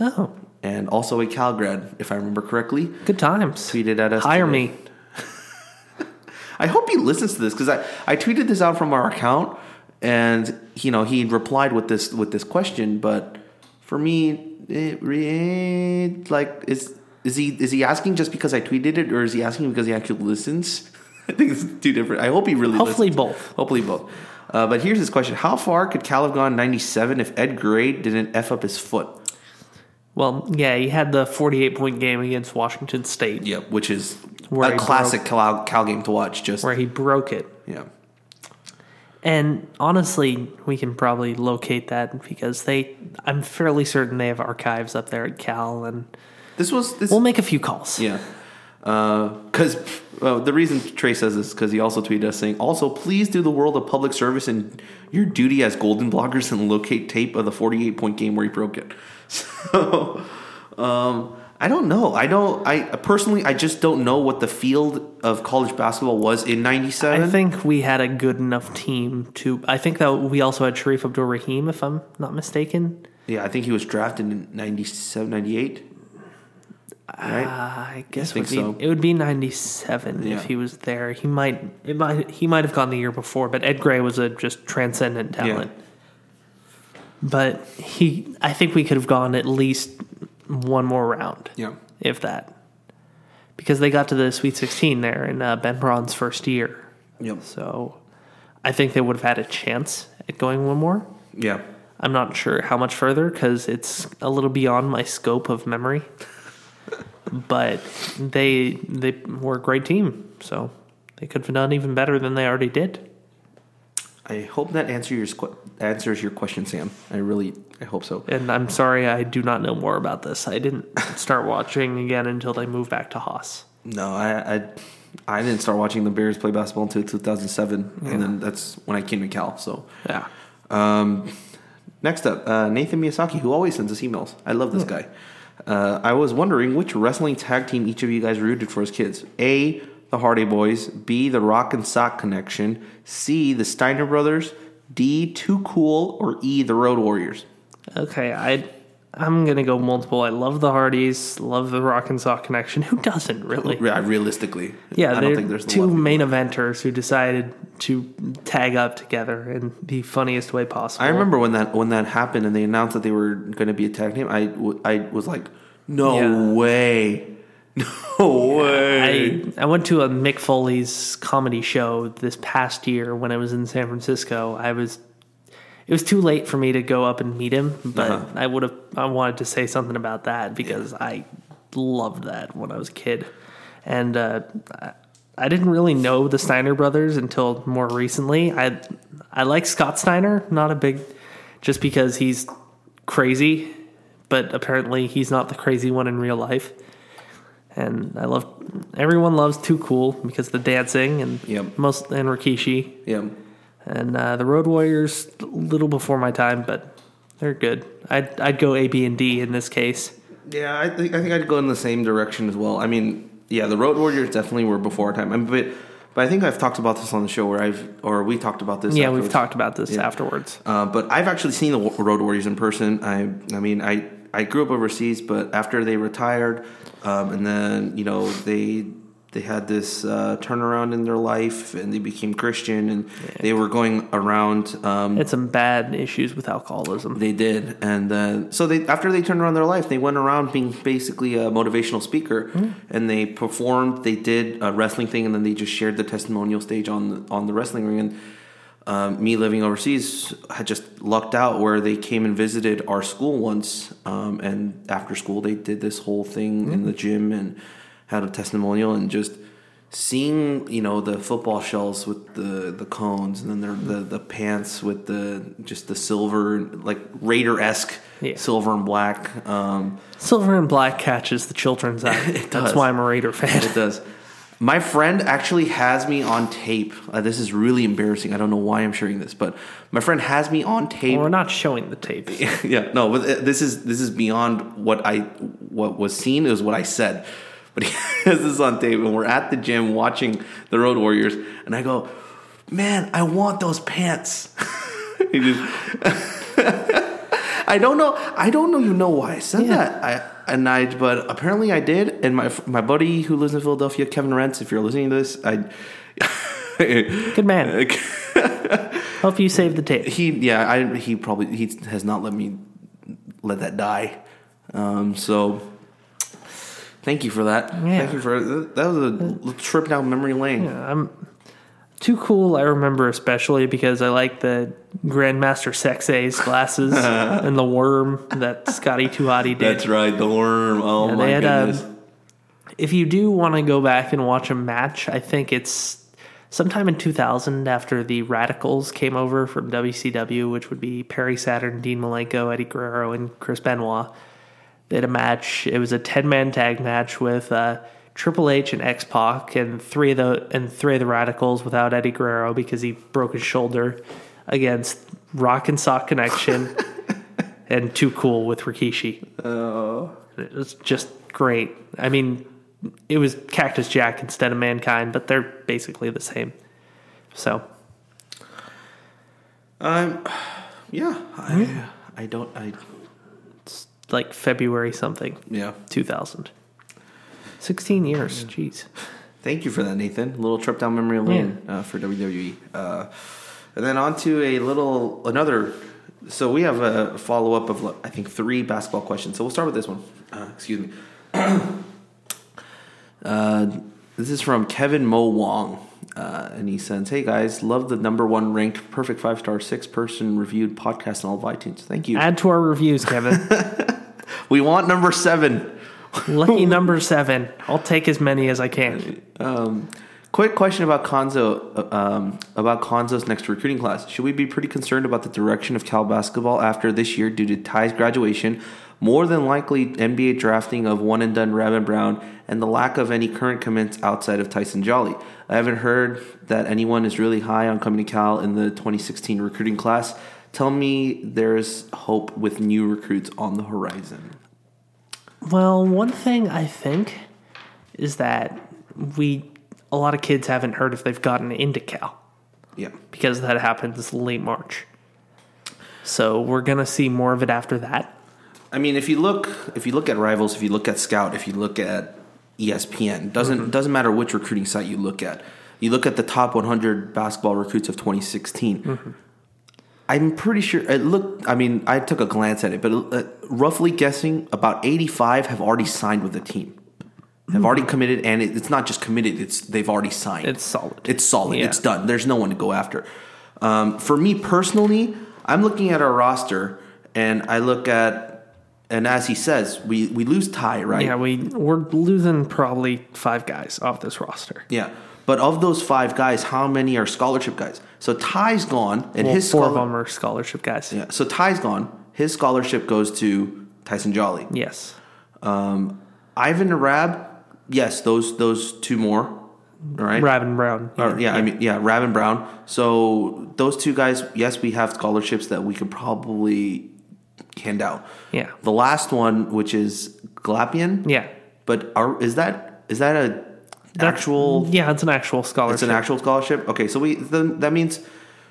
S3: Oh,
S2: and also a Calgrad, if I remember correctly.
S3: good times.
S2: Tweeted at us.
S3: Hire
S2: today.
S3: me.
S2: I hope he listens to this because I, I tweeted this out from our account, and you know he replied with this with this question. But for me, it, re- like is is he is he asking just because I tweeted it, or is he asking because he actually listens? I think it's two different. I hope he really
S3: Hopefully
S2: listens.
S3: both.
S2: Hopefully both. Uh, but here's his question: How far could Cal have gone '97 if Ed Gray didn't f up his foot?
S3: Well, yeah, he had the 48 point game against Washington State
S2: Yeah, which is
S3: Where
S2: a
S3: he
S2: classic Cal, Cal game to watch. Just
S3: where he broke it.
S2: yeah,
S3: And honestly, we can probably locate that because they, I'm fairly certain they have archives up there at Cal, and
S2: this was this.
S3: we'll make a few calls.
S2: Yeah. Because uh, the reason Trey says this is because he also tweeted us saying, also, please do the world of public service and your duty as golden bloggers and locate tape of the 48 point game where he broke it. So, um, I don't know. I don't, I personally, I just don't know what the field of college basketball was in 97.
S3: I think we had a good enough team to. I think that we also had Sharif Abdul Rahim, if I'm not mistaken.
S2: yeah, I think he was drafted in 97, 98. Right?
S3: Uh, I guess
S2: think
S3: it would be
S2: so.
S3: it would be '97
S2: Yeah.
S3: if he was there. He might it might he might have gone the year before, but Ed Gray was a just transcendent talent. But he, I think we could have gone at least one more round,
S2: Yeah.
S3: if that, because they got to the Sweet 16 there in uh, Ben Braun's first year.
S2: Yep.
S3: So, I think they would have had a chance at going one more.
S2: Yeah.
S3: I'm not sure how much further because it's a little beyond my scope of memory. but they they were a great team, so they could have done even better than they already did.
S2: I hope that answer your, squ- answers your question, Sam. I really, I hope so.
S3: And I'm sorry, I do not know more about this. I didn't start watching again until they moved back to Haas.
S2: No, I, I I didn't start watching the Bears play basketball until 2007, and then that's when I came to Cal. So,
S3: Yeah,
S2: um, next up, uh, Nathan Miyasaki, who always sends us emails. I love
S3: Hmm.
S2: this guy. Uh, I was wondering which wrestling tag team each of you guys rooted for as kids. A, the Hardy Boys. B, the Rock and Sock Connection. C, the Steiner Brothers. D, Too Cool. Or E, the Road Warriors.
S3: Okay, I I'm gonna go multiple. I love the Hardys, love the Rock and Sock connection. Who doesn't really?
S2: Re- Realistically,
S3: Yeah,
S2: I
S3: they're
S2: don't think there's a
S3: two
S2: lot of-
S3: main eventers who decided to tag up together in the funniest way possible.
S2: I remember when that when that happened and they announced that they were going to be a tag team. I, w- I was like, no
S3: Yeah.
S2: way, no way.
S3: I, I went to a Mick Foley's comedy show this past year when I was in San Francisco. I was it was too late for me to go up and meet him, but
S2: Uh-huh.
S3: I would have I wanted to say something about that because I loved that when I was a kid. And uh, I- I didn't really know the Steiner brothers until more recently. I I like Scott Steiner, not a big just because he's crazy, but apparently he's not the crazy one in real life and I love everyone loves Too Cool because of the dancing and
S2: Yep.
S3: most and Rikishi
S2: yeah,
S3: and uh, the Road Warriors a little before my time, but they're good. I'd I'd go A, B, and D in this case.
S2: yeah. I think I think I'd go in the same direction as well. I mean, yeah, the Road Warriors definitely were before our time. I mean, but but I think I've talked about this on the show where I've or we talked about this.
S3: yeah, we've
S2: afterwards.
S3: talked about this
S2: Yeah.
S3: afterwards.
S2: Uh, but I've actually seen the Wa- Road Warriors in person. I, I mean, I, I grew up overseas, but after they retired, um, and then you know they they had this uh, turnaround in their life, and they became Christian, and they were going around. Um,
S3: Had some bad issues with alcoholism.
S2: they did, and uh, so they after they turned around their life, they went around being basically a motivational speaker, and they performed. They did a wrestling thing, and then they just shared the testimonial stage on the, on the wrestling ring. And um, me living overseas had just lucked out where they came and visited our school once, um, and after school they did this whole thing in the gym and had a testimonial and just seeing you know the football shells with the the cones and then their, the the pants with the just the silver like raider esque
S3: Yeah.
S2: silver and black. Um,
S3: Silver and black catches the children's eye.
S2: does.
S3: That's why I'm a Raider fan.
S2: it does. My friend actually has me on tape. Uh, this is really embarrassing. I don't know why I'm sharing this, but my friend has me on tape.
S3: Well, we're not showing the tape.
S2: yeah, no, but uh, this is this is beyond what I what was seen is what I said. But he has this on tape, and we're at the gym watching the Road Warriors, and I go, "Man, I want those pants." He just- I don't know. I don't know. You know why I said
S3: Yeah.
S2: that? I and I, but apparently I did. And my my buddy who lives in Philadelphia, Kevin Rents, if you're listening to this, I.
S3: Good man. Hope you save the tape.
S2: he yeah I he probably he has not let me let that die. Um, so thank you for that.
S3: Yeah.
S2: Thank you for that was a trip down memory lane.
S3: I'm too cool. I remember especially because I like the Grandmaster Sex A's glasses and the worm that Scotty Tuhati did.
S2: That's right, the worm. Oh
S3: Yeah,
S2: my
S3: they had, um,
S2: goodness.
S3: if you do want to go back and watch a match, I think it's sometime in 2000 after the Radicals came over from WCW, which would be Perry Saturn, Dean Malenko, Eddie Guerrero, and Chris Benoit. They had a match. It was a 10 man tag match with uh, Triple H and X Pac and three of the and three of the Radicals without Eddie Guerrero because he broke his shoulder against Rock and Sock Connection and Too Cool with Rikishi. It was just great. I mean, it was Cactus Jack instead of Mankind, but they're basically the same. So
S2: Um, yeah, I, I don't. I
S3: it's like February something,
S2: yeah.
S3: 2000. 16 years. Jeez.
S2: Thank you for that, Nathan. A little trip down memory lane uh, for WWE. Uh, and then on to a little another. So we have a follow up of I think three basketball questions. So we'll start with this one. Uh, excuse me. uh, this is from Kevin Mo Wong, uh, and he sends, "Hey guys, love the number one ranked, perfect five star, six person reviewed podcast on all of iTunes. Thank you.
S3: Add to our reviews, Kevin.
S2: we want number seven.
S3: Lucky number seven. I'll take as many as I can.
S2: Um, quick question about Konzo, uh, um, about Konzo's next recruiting class. Should we be pretty concerned about the direction of Cal basketball after this year due to Ty's graduation, more than likely NBA drafting of one and done Rabin Brown, and the lack of any current commits outside of Tyson Jolly? I haven't heard that anyone is really high on coming to Cal in the 2016 recruiting class. Tell me there's hope with new recruits on the horizon.
S3: Well, one thing I think is that we, a lot of kids haven't heard if they've gotten into Cal.
S2: Yeah.
S3: because that happens late March. So we're gonna see more of it after that.
S2: I mean, if you look, if you look at rivals, if you look at Scout, if you look at E ESPN, doesn't
S3: Mm-hmm.
S2: doesn't matter which recruiting site you look at. You look at the top 100 basketball recruits of 2016.
S3: Mm-hmm.
S2: I'm pretty sure it looked. I mean, I took a glance at it, but uh, roughly guessing, about 85 have already signed with the team, have already committed, and it, it's not just committed; it's they've already signed.
S3: Mm-hmm. It's solid.
S2: It's solid.
S3: Yeah.
S2: It's done. There's no one to go after. Um, for me personally, I'm looking at our roster, and I look at, and as he says, we we lose Ty, right?
S3: Yeah, we we're losing probably five guys off this roster.
S2: Yeah. But of those five guys, how many are scholarship guys? So Ty's gone, and
S3: Well,
S2: his
S3: four
S2: scholar-
S3: of them are scholarship guys.
S2: Yeah. So Ty's gone. His scholarship goes to Tyson Jolly.
S3: Yes,
S2: Ivan Arab, yes, those those two more. All right.
S3: Robin Brown.
S2: Or, yeah, I mean, yeah, Rab and Brown. So those two guys, yes, we have scholarships that we could probably hand out.
S3: Yeah.
S2: The last one, which is Galapian.
S3: Yeah.
S2: But are, is that is that a
S3: That's-
S2: actual?
S3: Yeah, it's an actual scholarship.
S2: It's an actual scholarship. Okay, so we then that means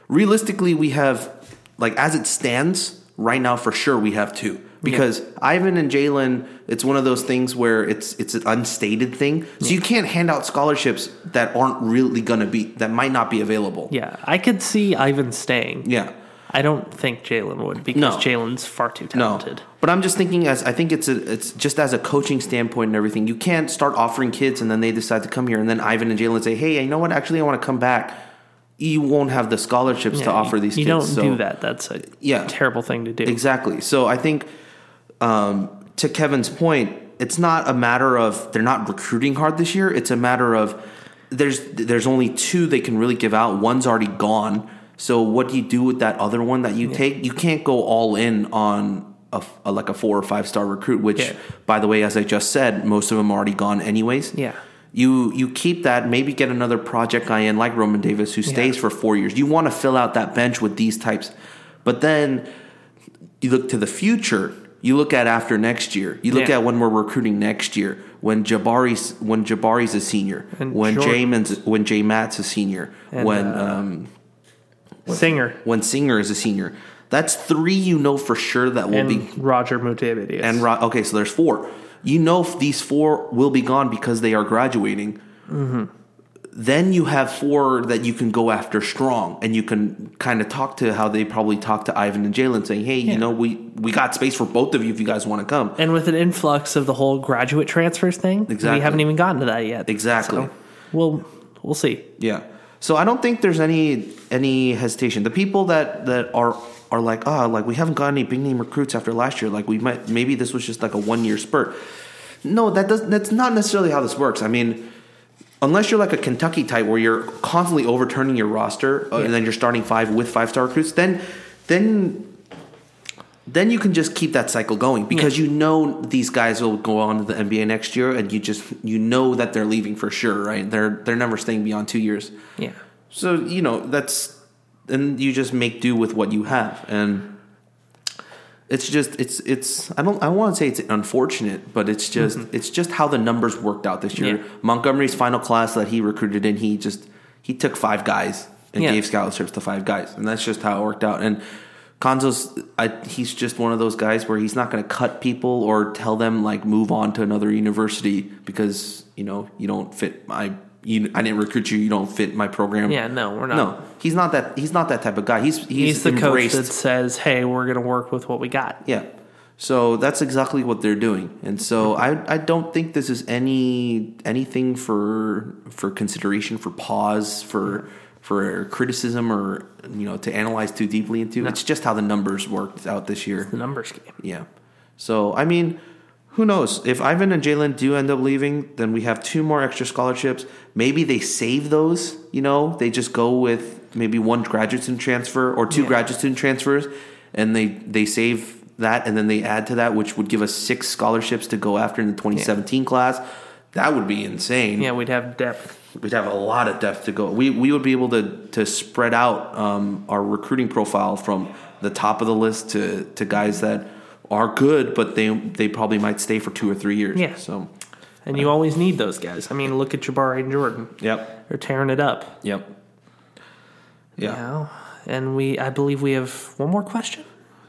S2: realistically we have like as it stands right now for sure we have two because Ivan and Jalen. It's one of those things where it's it's an unstated thing, so you can't hand out scholarships that aren't really going to be that might not be available.
S3: Yeah, I could see Ivan staying.
S2: Yeah.
S3: I don't think Jalen would because
S2: No.
S3: Jalen's far too
S2: No,
S3: talented.
S2: but I'm just thinking as I think it's a, it's just as a coaching standpoint and everything. You can't start offering kids and then they decide to come here and then Ivan and Jalen say, "Hey, you know what? Actually, I want to come back." You won't have the scholarships to
S3: Yeah,
S2: offer
S3: you-
S2: these.
S3: You
S2: kids,
S3: don't
S2: so-
S3: do that. That's a
S2: Yeah.
S3: terrible thing to do.
S2: Exactly. So I think um, to Kevin's point, it's not a matter of they're not recruiting hard this year. It's a matter of there's there's only two they can really give out. One's already gone. So what do you do with that other one that you take? You can't go all in on a, f- a- like a four or five star recruit. Which,
S3: Yeah.
S2: by the way, as I just said, most of them are already gone anyways.
S3: Yeah.
S2: You you keep that, maybe get another project guy in like Roman Davis who stays for four years. You want to fill out that bench with these types, but then you look to the future. You look at after next year. You look
S3: Yeah.
S2: at when we're recruiting next year. When Jabari's when Jabari's a senior.
S3: And
S2: when
S3: Jordan-
S2: Jamin's when J Matt's a senior.
S3: And,
S2: when
S3: uh,
S2: um,
S3: Singer
S2: when Singer is a senior. That's three you know for sure that will
S3: and
S2: be
S3: Roger Mutavidius.
S2: and Ro- okay, so there's four. You know f- these four will be gone because they are graduating.
S3: Mm-hmm.
S2: Then you have four that you can go after strong, and you can kind of talk to how they probably talk to Ivan and Jalen, saying, "Hey, you know, we we got space for both of you if you guys want to come."
S3: And with an influx of the whole graduate transfers thing,
S2: Exactly.
S3: we haven't even gotten to that yet.
S2: Exactly.
S3: So, we'll we'll see.
S2: Yeah. So I don't think there's any any hesitation. The people that that are are like, ah, like we haven't got any big name recruits after last year. Like we might maybe this was just like a one year spurt. No, that does that's not necessarily how this works. I mean, unless you're like a Kentucky type where you're constantly overturning your roster uh, and then you're starting five with five star recruits, then then then you can just keep that cycle going because you know these guys will go on to the NBA next year, and you just you know that they're leaving for sure, right? They're they're never staying beyond two years.
S3: Yeah.
S2: So you know that's and you just make do with what you have, and it's just it's it's I don't I want to say it's unfortunate, but it's just it's just how the numbers worked out this year.
S3: Mm-hmm. Yeah.
S2: Montgomery's final class that he recruited in, he just he took five guys and
S3: Yeah.
S2: gave scholarships to five guys, and that's just how it worked out. And Konzo's I, he's just one of those guys where he's not going to cut people or tell them like move on to another university because you know you don't fit my you, I didn't recruit you, you don't fit my program.
S3: Yeah, no, we're not.
S2: No, he's not that. He's not that type of guy. He's he's,
S3: He's, the coach
S2: embraced.
S3: that says, "Hey, we're going to work with what we got."
S2: Yeah. So that's exactly what they're doing, and so I I don't think this is any anything for for consideration, for pause, for for criticism, or you know to analyze too deeply into. It's just how the numbers worked out this year.
S3: The numbers game.
S2: Yeah. So I mean, who knows? If Ivan and Jalen do end up leaving, then we have two more extra scholarships. Maybe they save those. You know, they just go with maybe one graduate student transfer or two
S3: Yeah.
S2: graduate student transfers, and they they save that, and then they add to that, which would give us six scholarships to go after in the 2017 class. That would be insane
S3: Yeah, we'd have depth.
S2: we'd have a lot of depth to go. We we would be able to to spread out um, our recruiting profile from the top of the list to to guys that are good, but they they probably might stay for two or three years.
S3: Yeah.
S2: So.
S3: And you always need those guys. I mean, look at Jabari and Jordan.
S2: Yep.
S3: They're tearing it up.
S2: Yep. Yeah.
S3: You know? And we I believe we have one more question.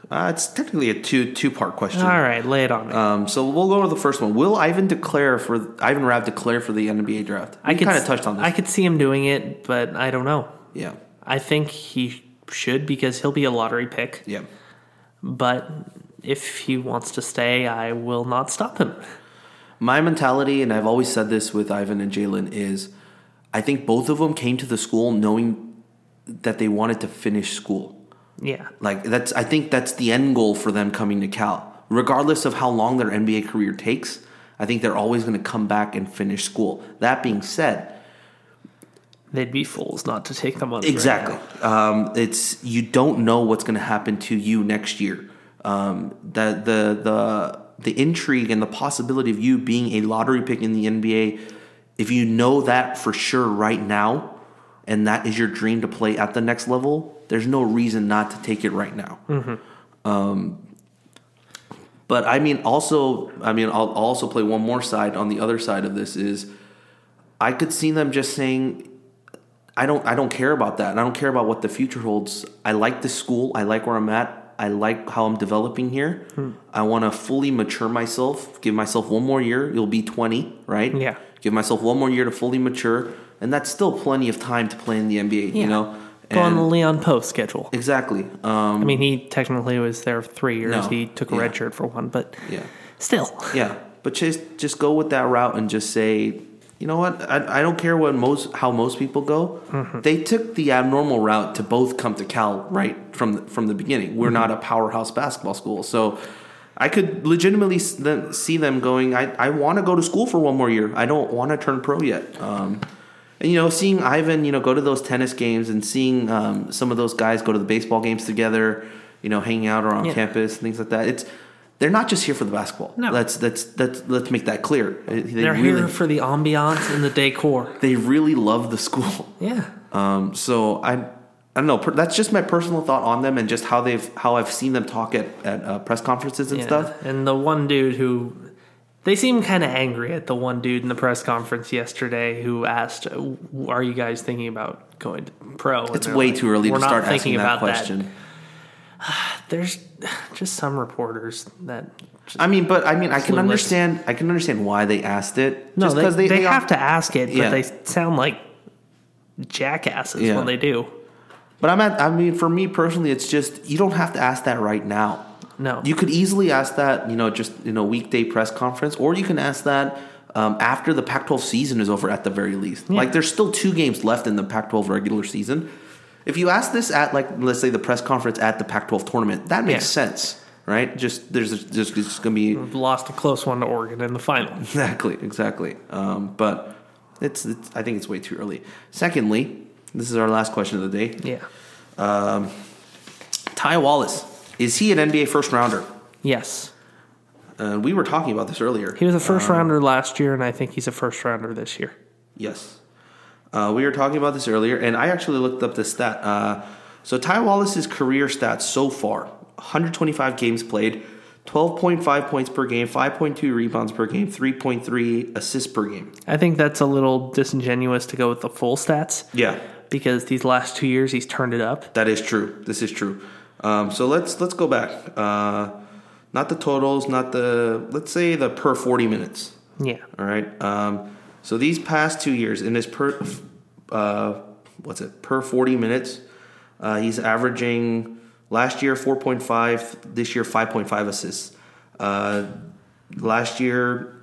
S2: Uh, it's technically a two two part question.
S3: All right, lay it on me.
S2: Um, so we'll go to the first one. Will Ivan declare for Ivan Rav declare for the NBA draft? We kind of
S3: s-
S2: touched on this.
S3: I could see him doing it, but I don't know.
S2: yeah.
S3: I think he should because he'll be a lottery pick.
S2: Yeah.
S3: But if he wants to stay, I will not stop him.
S2: My mentality, and I've always said this with Ivan and Jalen, is I think both of them came to the school knowing that they wanted to finish school.
S3: Yeah.
S2: Like that's I think that's the end goal for them coming to Cal. Regardless of how long their NBA career takes, I think they're always going to come back and finish school. That being said,
S3: They'd be fools not to take the money. right
S2: Exactly.
S3: now.
S2: um, it's you don't know what's going to happen to you next year. Um, the the the the intrigue and the possibility of you being a lottery pick in the NBA, if you know that for sure right now, and that is your dream to play at the next level, there's no reason not to take it right now. Um, But I mean, also, I mean, I'll, I'll also play one more side on the other side of this is, I could see them just saying, I don't, I don't care about that, and I don't care about what the future holds. I like this school. I like where I'm at. I like how I'm developing here.
S3: Hmm.
S2: I want to fully mature myself. Give myself one more year. You'll be 20, right?
S3: Yeah.
S2: Give myself one more year to fully mature, and that's still plenty of time to play in the NBA.
S3: Yeah.
S2: You know,
S3: Go on
S2: And-
S3: the Leon Post schedule.
S2: exactly. Um,
S3: I mean, he technically was there for three years.
S2: No.
S3: He took a
S2: Yeah.
S3: red shirt for one, but
S2: yeah.
S3: still.
S2: Yeah, but just just go with that route and just say, you know what? I, I don't care what most how most people go.
S3: Mm-hmm.
S2: They took the abnormal route to both come to Cal right from the, from the beginning.
S3: Mm-hmm.
S2: We're not a powerhouse basketball school, so I could legitimately s- them- see them going. I I want to go to school for one more year. I don't want to turn pro yet. Um, and you know, seeing Ivan, you know, go to those tennis games and seeing um, some of those guys go to the baseball games together, you know, hanging out around
S3: Yeah.
S2: campus, things like that. It's They're not just here for the basketball.
S3: No.
S2: That's that's that's let's make that clear. They
S3: They're
S2: really,
S3: here for the ambiance and the decor.
S2: they really love the school.
S3: Yeah.
S2: Um, so I, I don't know. Per, that's just my personal thought on them and just how they've how I've seen them talk at at uh, press conferences and
S3: yeah.
S2: stuff.
S3: And the one dude who they seem kind of angry at the one dude in the press conference yesterday who asked, "Are you guys thinking about going to pro?" And
S2: It's
S3: they're
S2: way
S3: like,
S2: too early
S3: "We're
S2: to
S3: not
S2: start
S3: thinking
S2: asking that
S3: about
S2: question.
S3: There's just some reporters that just,
S2: I mean, but I mean, I can
S3: Clueless.
S2: understand. I can understand why they asked it.
S3: no,
S2: just
S3: they,
S2: 'cause
S3: they,
S2: all-
S3: have to ask it, but
S2: Yeah.
S3: they sound like jackasses
S2: Yeah.
S3: when they do.
S2: But I'm at. I mean, for me personally, it's just you don't have to ask that right now.
S3: No,
S2: You could easily ask that, you know, just in a weekday press conference, or you can ask that um, after the Pac-12 season is over, at the very least. Like, there's still two games left in the Pac-12 regular season. If you ask this at, like, let's say the press conference at the Pac-12 tournament, that makes
S3: Yeah. Mm.
S2: sense, right? Just there's just it's gonna be
S3: lost a close one to Oregon in the final.
S2: Exactly, exactly. Um, but it's, it's, I think it's way too early. Secondly, this is our last question of the day.
S3: Yeah.
S2: Ty Wallace, is he an NBA first rounder?
S3: Yes.
S2: Uh, we were talking about this earlier.
S3: He was a first rounder last year, and I think he's a first rounder this year.
S2: Yes. Uh, we were talking about this earlier, and I actually looked up this stat. Uh, so Ty Wallace's career stats so far 125 games played, 12.5 points per game, 5.2 rebounds per game, 3.3 assists per game.
S3: I think that's a little disingenuous to go with the full stats
S2: Yeah.
S3: because these last two years he's turned it up.
S2: That is true. This is true. Um, so let's let's go back. Uh, not the totals, not the let's say the per 40 minutes.
S3: Yeah.
S2: All right. Um, so these past two years, in his per, uh, what's it per forty minutes, uh, he's averaging last year four point five, this year five point five assists. Uh, last year,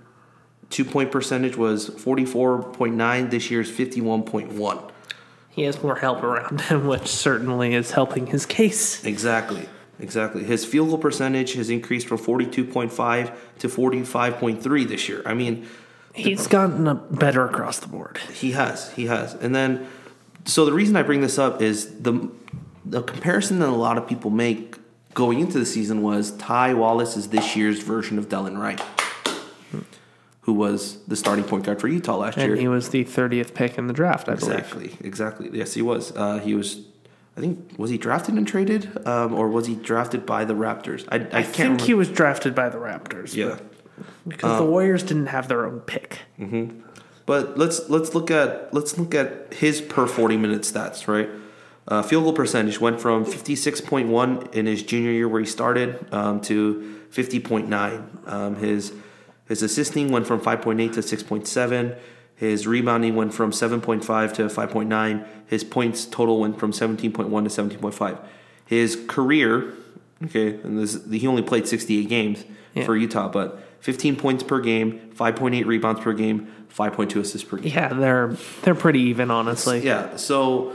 S2: two point percentage was forty four point nine. This year's fifty one point one.
S3: He has more help around him, which certainly is helping his case.
S2: Exactly. Exactly. His field goal percentage has increased from forty two point five to forty five point three this year. I mean.
S3: He's gotten a better across the board.
S2: He has. He has. And then, so the reason I bring this up is the the comparison that a lot of people make going into the season was Ty Wallace is this year's version of Dellen Wright, who was the starting point guard for Utah last
S3: And
S2: year.
S3: he was the 30th pick in the draft, I believe.
S2: exactly. Exactly. Yes, he was. Uh, he was. I think was he drafted and traded, um, or was he drafted by the Raptors? I, I,
S3: I
S2: can't.
S3: think
S2: remember.
S3: he was drafted by the Raptors.
S2: Yeah.
S3: Because the Warriors didn't have their own pick.
S2: But let's let's look at let's look at his per forty minute stats, right? Uh, field goal percentage went from fifty six point one in his junior year where he started um, to fifty point nine. Um, his his assisting went from five point eight to six point seven. His rebounding went from seven point five to five point nine. His points total went from seventeen point one to seventeen point five. His career, okay, and this he only played sixty eight games
S3: Yeah.
S2: for Utah, but 15 points per game, 5.8 rebounds per game, 5.2 assists per game.
S3: Yeah, they're they're pretty even, honestly.
S2: Yeah. So,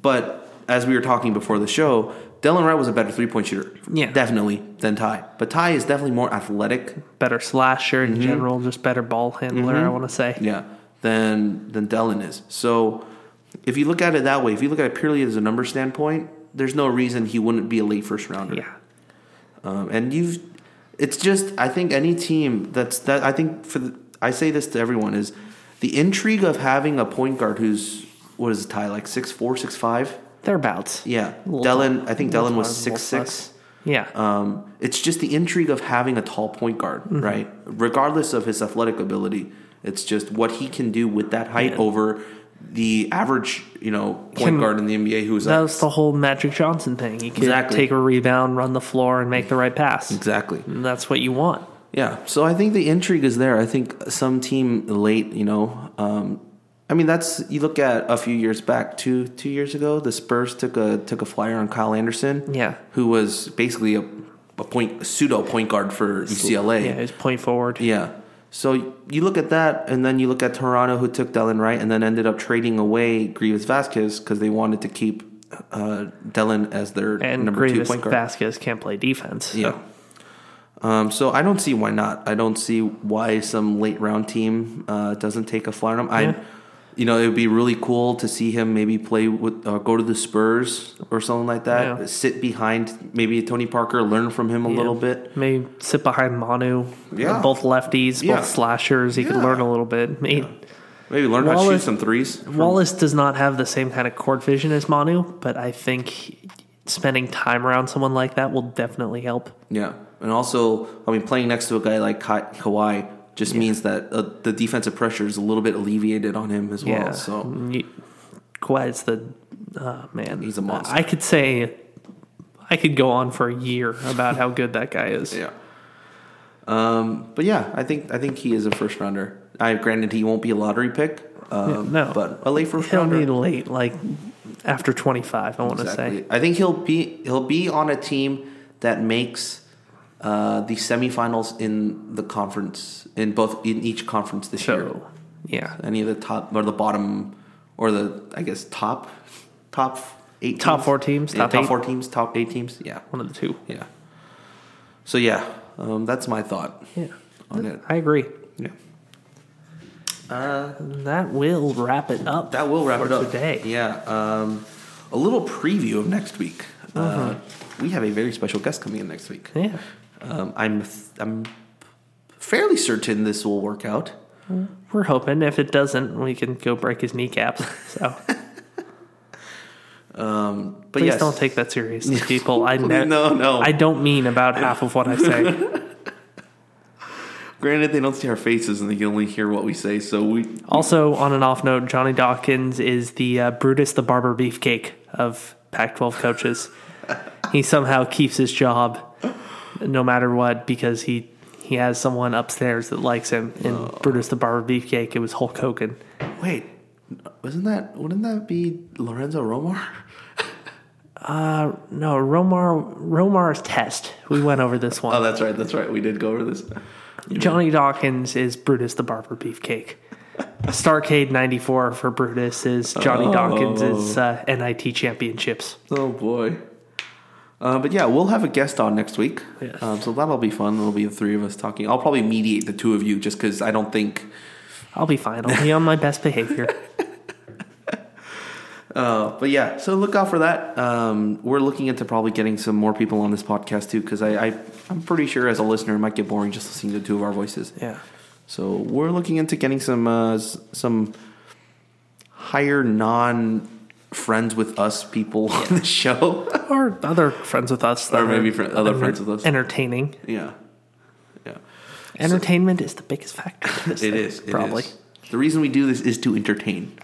S2: but as we were talking before the show, Dylan Wright was a better three point shooter.
S3: Yeah.
S2: Definitely than Ty. But Ty is definitely more athletic.
S3: Better slasher in general, just better ball handler, I want to say.
S2: Mm-hmm. Yeah. Than than Dylan is. So, if you look at it that way, if you look at it purely as a number standpoint, there's no reason he wouldn't be a late first rounder.
S3: yeah.
S2: Um, and you've, it's just I think any team that's that I think for the, I say this to everyone is the intrigue of having a point guard who's what is Ty like six four six five
S3: Thereabouts.
S2: yeah
S3: Little
S2: Dellen
S3: tall.
S2: I think
S3: Little
S2: Dellen was
S3: tall,
S2: six
S3: little
S2: six
S3: Yeah.
S2: um, it's just the intrigue of having a tall point guard
S3: Mm-hmm.
S2: right regardless of his athletic ability it's just what he can do with that height over the average you know point
S3: Can-
S2: guard in the NBA who's
S3: That
S2: a-
S3: was the whole Magic Johnson thing. You could
S2: Exactly.
S3: take a rebound, run the floor, and make the right pass.
S2: exactly
S3: And that's what you want.
S2: Yeah, so I think the intrigue is there. I think some team late, you know. Um, I mean, that's you look at a few years back, two two years ago, the Spurs took a took a flyer on Kyle Anderson,
S3: Yeah.
S2: who was basically a, a point a pseudo point guard for UCLA.
S3: Yeah, he's point forward.
S2: Yeah. So you look at that, and then you look at Toronto, who took Dellen Wright, and then ended up trading away Grievous Vasquez because they wanted to keep uh, Dellen as their
S3: And
S2: number
S3: Grievous
S2: two point guard.
S3: Vasquez can't play defense.
S2: Yeah. Um, so I don't see why not. I don't see why some late round team uh, doesn't take a flyer on him. I, you know, it would be really cool to see him maybe play with, uh, go to the Spurs or something like that.
S3: Yeah.
S2: Sit behind maybe Tony Parker, learn from him a little
S3: Yeah.
S2: bit.
S3: Maybe sit behind Manu.
S2: Yeah.
S3: Both lefties,
S2: Yeah.
S3: both slashers. He could
S2: Yeah.
S3: learn a little bit. I mean,
S2: Maybe learn how to shoot
S3: Wallace-
S2: some threes.
S3: Wallace does not have the same kind of court vision as Manu, but I think he- spending time around someone like that will definitely help.
S2: Yeah, and also, I mean, playing next to a guy like Ka- Kawhi just means that uh, the defensive pressure is a little bit alleviated on him as well. So
S3: Mm, you- Kawhi is the uh, man.
S2: He's a monster.
S3: I could say, I could go on for a year about how good that guy is.
S2: yeah, um, but yeah, I think I think he is a first rounder. I granted he won't be a lottery pick, um,
S3: Yeah, no.
S2: but a late 1st
S3: He'll
S2: rounder.
S3: be late, like after twenty five. I want to
S2: Exactly.
S3: say.
S2: I think he'll be he'll be on a team that makes uh, the semifinals in the conference in both in each conference this year.
S3: So, yeah,
S2: Any of the top or the bottom or the I guess top top eight
S3: Top four teams,
S2: Yeah,
S3: top
S2: top
S3: eight.
S2: four teams top eight teams yeah
S3: one of the two.
S2: yeah. So yeah, um, that's my thought
S3: Yeah,
S2: on it.
S3: I agree.
S2: Yeah.
S3: That will wrap it up.
S2: That will wrap
S3: for
S2: it up
S3: today.
S2: Yeah, um, a little preview of next week. Uh, we have a very special guest coming in next week.
S3: Uh-huh. Yeah.
S2: Um, I'm I'm fairly certain this will work out.
S3: We're hoping. If it doesn't, we can go break his kneecaps. So
S2: But
S3: please
S2: yes,
S3: don't take that seriously, people. I ne-
S2: No, no.
S3: I don't mean about half of what I say.
S2: granted they don't see our faces and they can only hear what we say. So we
S3: also, on an off note, Johnny Dawkins is the uh, Brutus the Barber Beefcake of Pac-12 coaches. he somehow keeps his job no matter what because he he has someone upstairs that likes him. And Brutus the Barber Beefcake, it was Hulk Hogan.
S2: wait. Wasn't that? Wouldn't that be Lorenzo Romar?
S3: No, Romar Romar's test. We went over this one.
S2: Oh, that's right. That's right. We did go over this.
S3: Johnny Dawkins is Brutus the Barber Beefcake. Starcade 94 for Brutus is Johnny Dawkins is uh, NIT championships.
S2: Oh boy. Uh, but yeah, we'll have a guest on next week.
S3: Yes.
S2: Um, so that'll be fun. It'll be the three of us talking. I'll probably mediate the two of you just because I don't think
S3: I'll be fine. I'll be on my best behavior.
S2: But yeah, so look out for that. Um, we're looking into probably getting some more people on this podcast too, because I, I I'm pretty sure as a listener it might get boring just listening to two of our voices.
S3: Yeah.
S2: So we're looking into getting some uh, s- some higher non friends with us people on the show.
S3: Or other friends with us. that
S2: Or maybe
S3: are
S2: fri- other friends with us.
S3: Entertaining.
S2: yeah, yeah,
S3: Entertainment is the biggest factor. to this
S2: it
S3: thing,
S2: is it
S3: probably.
S2: is. The reason we do this is to entertain.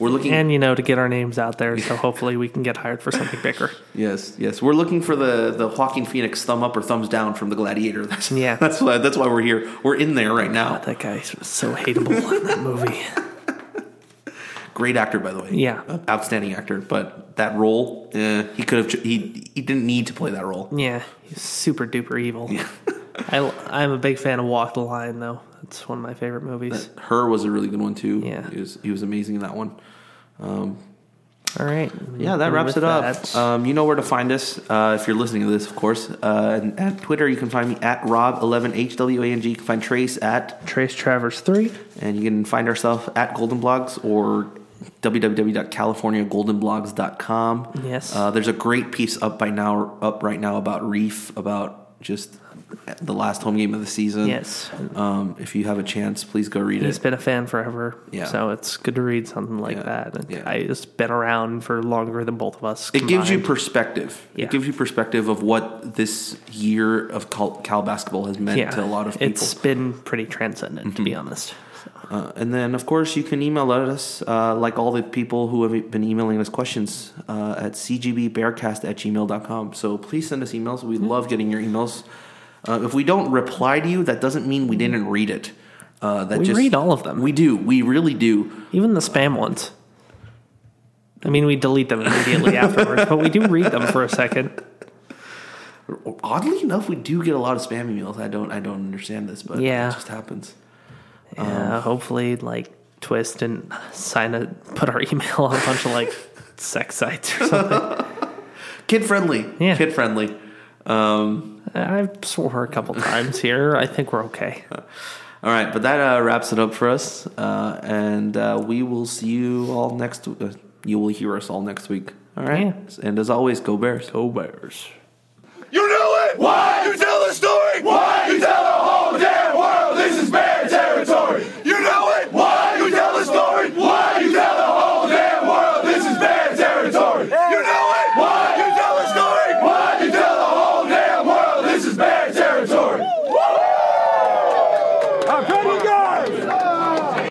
S2: We're looking.
S3: And, you know, to get our names out there. So hopefully we can get hired for something bigger.
S2: yes, yes. We're looking for the the Joaquin Phoenix thumb up or thumbs down from the Gladiator. That's,
S3: Yeah.
S2: That's why. That's why we're here. We're in there right now.
S3: That guy was so hateable in that movie.
S2: Great actor, by the way.
S3: Yeah.
S2: Uh, outstanding actor. But that role, eh, he could have. ch- He he didn't need to play that role.
S3: Yeah. He's super duper evil. I, I'm a big fan of Walk the Line, though. That's one of my favorite movies.
S2: Her was a really good one too.
S3: Yeah.
S2: he was he was amazing in that one.
S3: All right.
S2: Yeah, that
S3: And
S2: wraps
S3: with
S2: it up.
S3: that-
S2: Um, you know where to find us uh, if you're listening to this, of course. Uh, and at Twitter, you can find me at rob11hwang. You can find Trace at,
S3: Trace Travers 3.
S2: and you can find ourselves at Golden Blogs or www.californiagoldenblogs.com.
S3: Yes.
S2: Uh, there's a great piece up by now, up right now about Reef, about just the last home game of the season.
S3: Yes.
S2: Um, if you have a chance, please go read
S3: He's
S2: it.
S3: been a fan forever.
S2: Yeah.
S3: So it's good to read something like
S2: Yeah.
S3: that. And
S2: Yeah.
S3: I, it's been around for longer than both of us.
S2: It gives you
S3: combined.
S2: perspective.
S3: Yeah.
S2: It gives you perspective of what this year of Cal, Cal basketball has meant
S3: yeah.
S2: to a lot of people. Mm-hmm.
S3: It's been pretty transcendent, to be honest.
S2: Uh, and then, of course, you can email us, uh, like all the people who have been emailing us questions, uh, at cgbbearcast at gmail.com. So please send us emails. We
S3: Mm-hmm.
S2: love getting your emails. Uh, if we don't reply to you, that doesn't mean we didn't read it. Uh, that
S3: Mm-hmm. We
S2: just,
S3: read all of them.
S2: We do. We really do.
S3: Even the spam ones. I mean, we delete them immediately afterwards, but we do read them for a second.
S2: Oddly enough, we do get a lot of spam emails. I don't. I don't understand this, but
S3: Yeah.
S2: it just happens.
S3: Uh, hopefully, like, Twist and sign a put our email on a bunch of like sex sites or something.
S2: Kid friendly.
S3: Yeah.
S2: Kid friendly. Oh,
S3: I've swore a couple times here. I think we're okay.
S2: All right, but that uh, wraps it up for us, uh, and uh, we will see you all next. Uh, you will hear us all next week. All right, and as always, go Bears. Go Bears.
S1: You know it! Why? You tell the story! Why? You tell the whole damn world this is bear territory! You know it! Why? You tell the story! Why? You tell the whole damn world this is bear territory! You know it! Why? You tell the story! Why? You tell the whole damn world this is bear territory! I'm you guys!